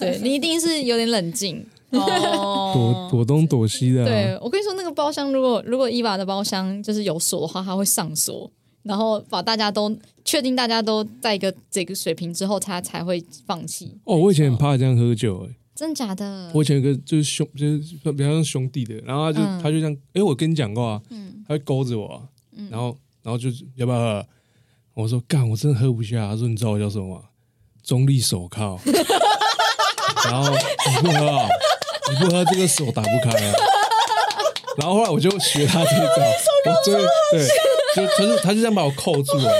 对你一定是有点冷静。
躲
哦，
躲东躲西的、啊，
对我跟你说，那个包厢如果如果伊娃的包厢就是有锁的话，它会上锁，然后把大家都确定大家都在一个这个水平之后，他才会放弃。
哦，我以前很怕这样喝酒、欸，
真假的？
我以前有个就是兄，就是比较像兄弟的，然后他就、
嗯
他就这样，哎、我跟你讲过啊，他会勾着我、啊，然后然后就是要不要喝？我说干，我真的喝不下。他说你知道我叫什么吗？中立手铐。然后你不喝、啊， *laughs* 你不喝这个手打不开啊。然后后来我就学他这一招，我追对，就可是他就这样把我扣住了，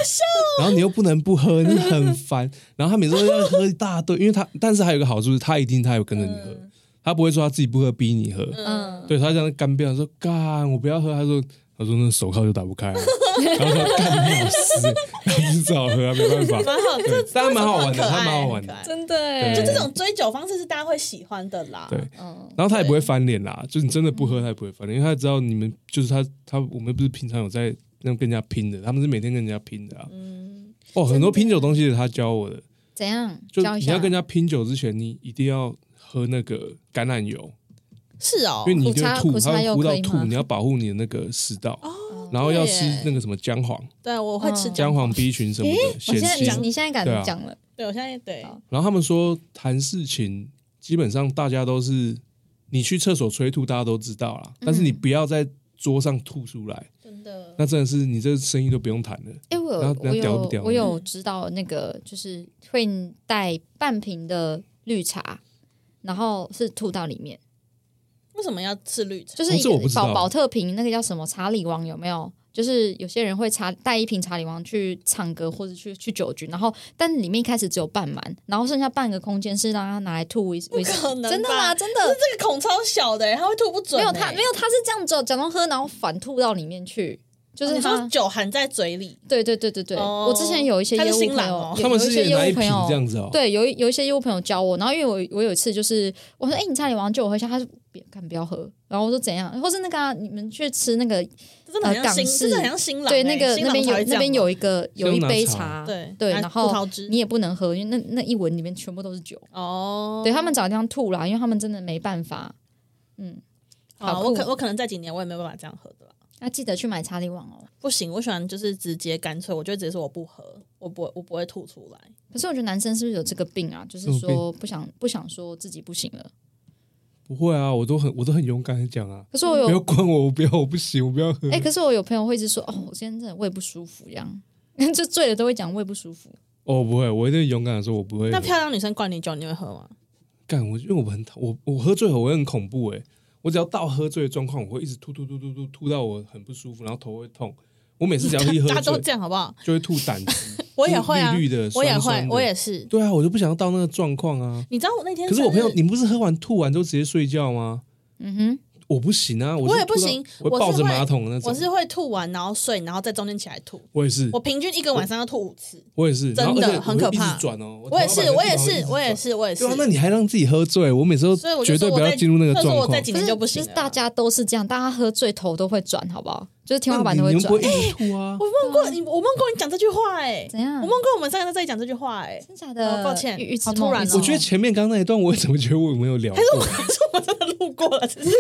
然后你又不能不喝，你很烦。然后他每次都要喝一大堆，因为他但是还有一个好处是，他一定他有跟着你喝，他不会说他自己不喝逼你喝，
嗯，
对他这样干杯，他说干我不要喝，他说他说那手铐就打不开了，然后他说干你老师，然后就只好喝啊，没办法，
*laughs* 蛮
*laughs*
好，这
对，但他蛮好玩
这
的，
很可
他
爱
蛮好玩的
很，可爱
真的欸
对
就这种追酒方式是大家会喜欢的啦。
对，
嗯，
然后他也不会翻脸啦，就是你真的不喝，他也不会翻脸，因为他知道你们就是他他我们不是平常有在那种跟人家拼的，他们是每天跟人家拼的啊。
嗯
哦，很多拼酒东西是他教我的，
怎样？
就
教一
你
下
要跟人家拼酒之前，你一定要喝那个橄榄油，
是哦
因为，你
苦
就会
茶
吐，
苦
它
茶
会
油
呼
可
到
以
吐，
吗哦
你要保护你的那个食道，然后要
对
吃
耶
那个什么姜黄、
对我会吃
姜黄 B 群什么的
我
显
现在
示
你。你现在
对啊
敢讲了？
对我现在对
好
然后他们说谈事情，基本上大家都是你去厕所催吐，大家都知道啦，但是你不要在桌上吐出来。
真的，
那真的是你这生意都不用谈了。
哎、我
然
有
后
我
人家屌都不
有
屌你
我有知道那个就是会带半瓶的绿茶，然后是吐到里面，
为什么要吃绿茶？
就是一
哦这我不
个
知道
宝宝特瓶那个叫什么查理王有没有？就是有些人会查带一瓶查理王去唱歌或者去去酒局，然后但里面一开始只有半满，然后剩下半个空间是让他拿来吐威威士
可能吧
真的啦，真
可是
的
这个孔超小的、欸，他会吐不准、
没
欸。
有他没有他是这样子假装喝，然后反吐到里面去，就
就是是
他
哦说酒含在嘴里，
对对对对对，
哦
我之前有一些
他是
业务
新
朋
郎
友
哦，
有
他们
有
是
一些业
拿一
务
瓶
朋友
这样子哦、
对，有一有一些业务朋友教我，然后因为我我有一次就是我说，哎、你差点忘记我喝一下，他说别看不要喝，然后我说怎样，或是那个、啊、你们去吃那个
这真的很像
呃
新，
港式
这真的很像新郎、欸。
对那个
新郎
那边
才会
有
这
那
样
边有一个有一
拿
杯
茶
茶，
对
对，
拿
然
葡
后
萄汁
你也不能喝，因为那那一闻里面全部都是酒，
哦，
对他们找地方吐啊啦，因为他们真的没办法，嗯，
好，
好
我
酷
可我可能在几年我也没有办法这样喝的了。
要啊记得去买查理王哦。
不行，我喜欢就是直接干脆，我就会直接说我不喝，我不我不会吐出来。
可是我觉得男生是不是有这个病啊？就是
什么
说不想不想说自己不行了。
不会啊，我都很我都很勇敢的讲啊，
可是我
不要
有
管我，我不要，我不行，我不要喝。
哎、可是我有朋友会一直说哦，我今天真的胃不舒服，这样 *laughs* 就醉了都会讲胃不舒服。
哦，不会，我一定勇敢的说，我不会喝。
那漂亮女生灌你酒，你会喝吗？
干我，因为我很讨我我喝醉后我会很恐怖哎、我只要到喝醉的状况，我会一直吐吐吐吐吐吐到我很不舒服，然后头会痛。我每次只要一喝
大家都
醉
这样好不好？
就会吐胆汁，
我也会啊，
绿绿的，
我也
酸酸
会，
的
我也是。
对啊，我就不想要到那个状况啊。
你知道我那天
可是我
生日
朋友，你不是喝完吐完都直接睡觉吗？
嗯哼，
我不行啊，
我
是
也不
吐到
行
我
我
会
是
抱着
会
马桶的那种。
我是会吐完然后睡，然后在中间起来吐。
我也是
我，平均一个晚上要吐五次。
我也是，然后
真的
而且我
很可
会一直
怕
转哦，
我也
头
是，
发
我
会
也
一直
是，
转
我也。是，我也是
对啊，。那你还让自己喝醉，我每次都
所以我就
绝对
说
不
我
要
在
进入那个
所以
状
说我
况。
在几
可
年
是
就不行
就是
了。
大家都是这样，大家喝醉头都会转，好不好？就是天花板
那
都
你
会
你们
转哎
不。会一直吐啊？
哎我梦过你，我梦过你讲这句话哎、
怎样
我？梦过我们三个在讲这句话哎、
真假
哦
的？
抱歉
预预知
好
梦
突然哦
预知
我
梦
觉得前面刚那一段，我怎么觉得我没有聊过？ *laughs*
我真的路过了，只是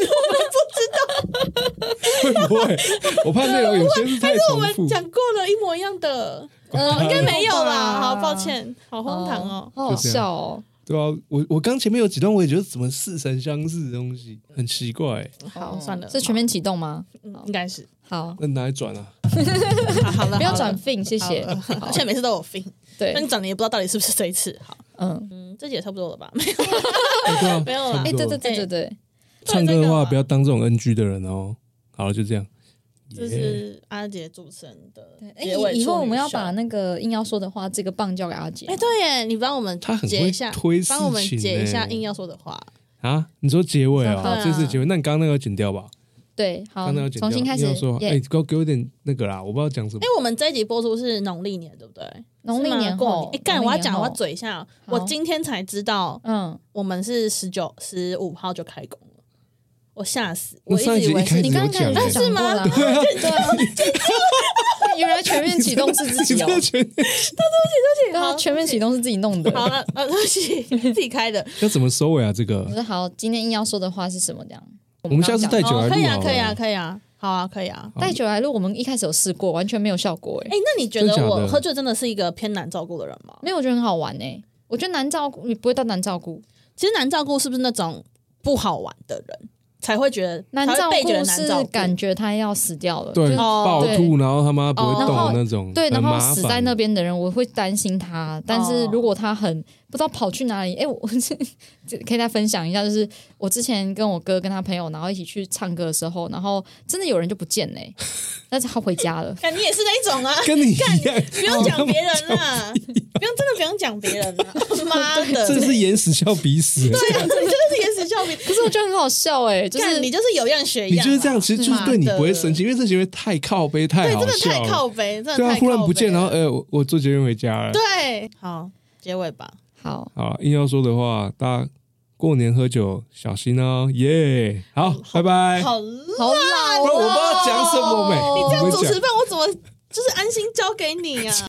会不会？我怕内容有些是太
我
重
们
复。
讲过了一模一样的，
*laughs*
呃
应该没有啦。
吧
好，抱歉，好荒唐哦。
好好
就这样
笑哦。
对啊，我我刚前面有几段，我也觉得怎么似曾相识的东西，很奇怪、
好，算了，
哦是全面启动吗？
嗯应该是
好，
那哪里转啊？
*laughs* 好好了，
不要
好了
转 fin，谢谢。好
而且每次都有 fin，那你
对，
转的也不知道到底是不是这一次。好，
嗯，
嗯，这集也差不多了
*laughs*
吧？
哎对啊，
没有啦
差
哎，
不多
对对对对对，
唱歌的话
对
不要当这种 NG 的人哦。好了，就这样。
这
耶
是阿杰主持人的
对，
结尾
哎，以以后
处
我
女
们要
秀
把那个硬要说的话这个棒交给阿杰
哎，。对耶，你帮我们
他很
截
会
一下
推，事
帮我们截一
情
下
耶
硬要说的话。
啊，你说结尾
对
哦
啊，
这次结尾，那你刚刚那个要剪掉吧？
对，好
刚刚那个要，剪掉。
重新开
硬
始
要说，。哎，
耶
给我给我点那个啦，我不知道讲什么
哎。，我们这一集播出是农历年，对不对？
农历
是吗
年
过
后
哎，，干，
农历
我要
年
讲，
后
我要。嘴一下哦。
好
我今天才知道，
嗯，
我们是十九、十五号就开工了，我吓死！
那
我
上一
直以
集
为
一开
是
始
你
有
刚
讲
刚开始
哎
就讲过了啊，对
*laughs*
啊，原来全面启动是自
你
己
这
哦，
个全
对啊，全面启动是自己弄的。
好了，呃， *laughs* 对不起，自己开的。
要怎么收尾啊？这
我
个
说好，今天硬要说的话是什么？这样，
我们下次带
刚刚
酒来
哦，
录
可以啊，
好了
可以啊，可以啊，好啊，可以啊。
讲带酒来录，我们一开始有试过，完全没有效果哎
哎、。那你觉
真
得
假的
我喝醉真的是一个偏难照顾的人吗？
没有，我觉得很好玩哎。我觉得难照顾，你不会到难照顾，
其实难照顾是不是那种不好玩的人才会觉得
难
才
照
会被觉得
顾
难照
是
顾？
感觉他要死掉了，就
对
是
哦
暴吐，然后他妈不会动
哦
的那种，
对，然
很
后
麻
死
烦
在那边的人，我会担心他。但是如果他很不知道跑去哪里，哎、我我是 *laughs* 这可以再分享一下，就是我之前跟我哥跟他朋友，然后一起去唱歌的时候，然后真的有人就不见 *laughs* 嘞、但是他回家了。
哎你也是那一种
*laughs*
啊，
跟你一样，
不用讲别人啦，不用真的不用讲别人
*laughs*
啦，妈的，
啊 *laughs* 这是眼屎笑鼻屎，
对啊，你真的是眼死笑柄，
可是我觉得很好笑哎、 *laughs* 就
就是
是
你就是有样学
你
样啦，
就是这样，其实就是对你不会生气，因为这行为太靠背，太
对，
好
真的
笑
太
了。
靠北，真的太
对啊，忽然不见，
靠
然
北
后
了
呃，我我坐捷运回家了。
对，好，结尾吧，
好，
好啊，硬要说的话，大家过年喝酒小心哦，耶！好，拜拜。
好了，
好老、哦，
不然我不知道讲什么没
你这样
我会
主
讲 *laughs*
持棒，我怎么就是安心交给你啊？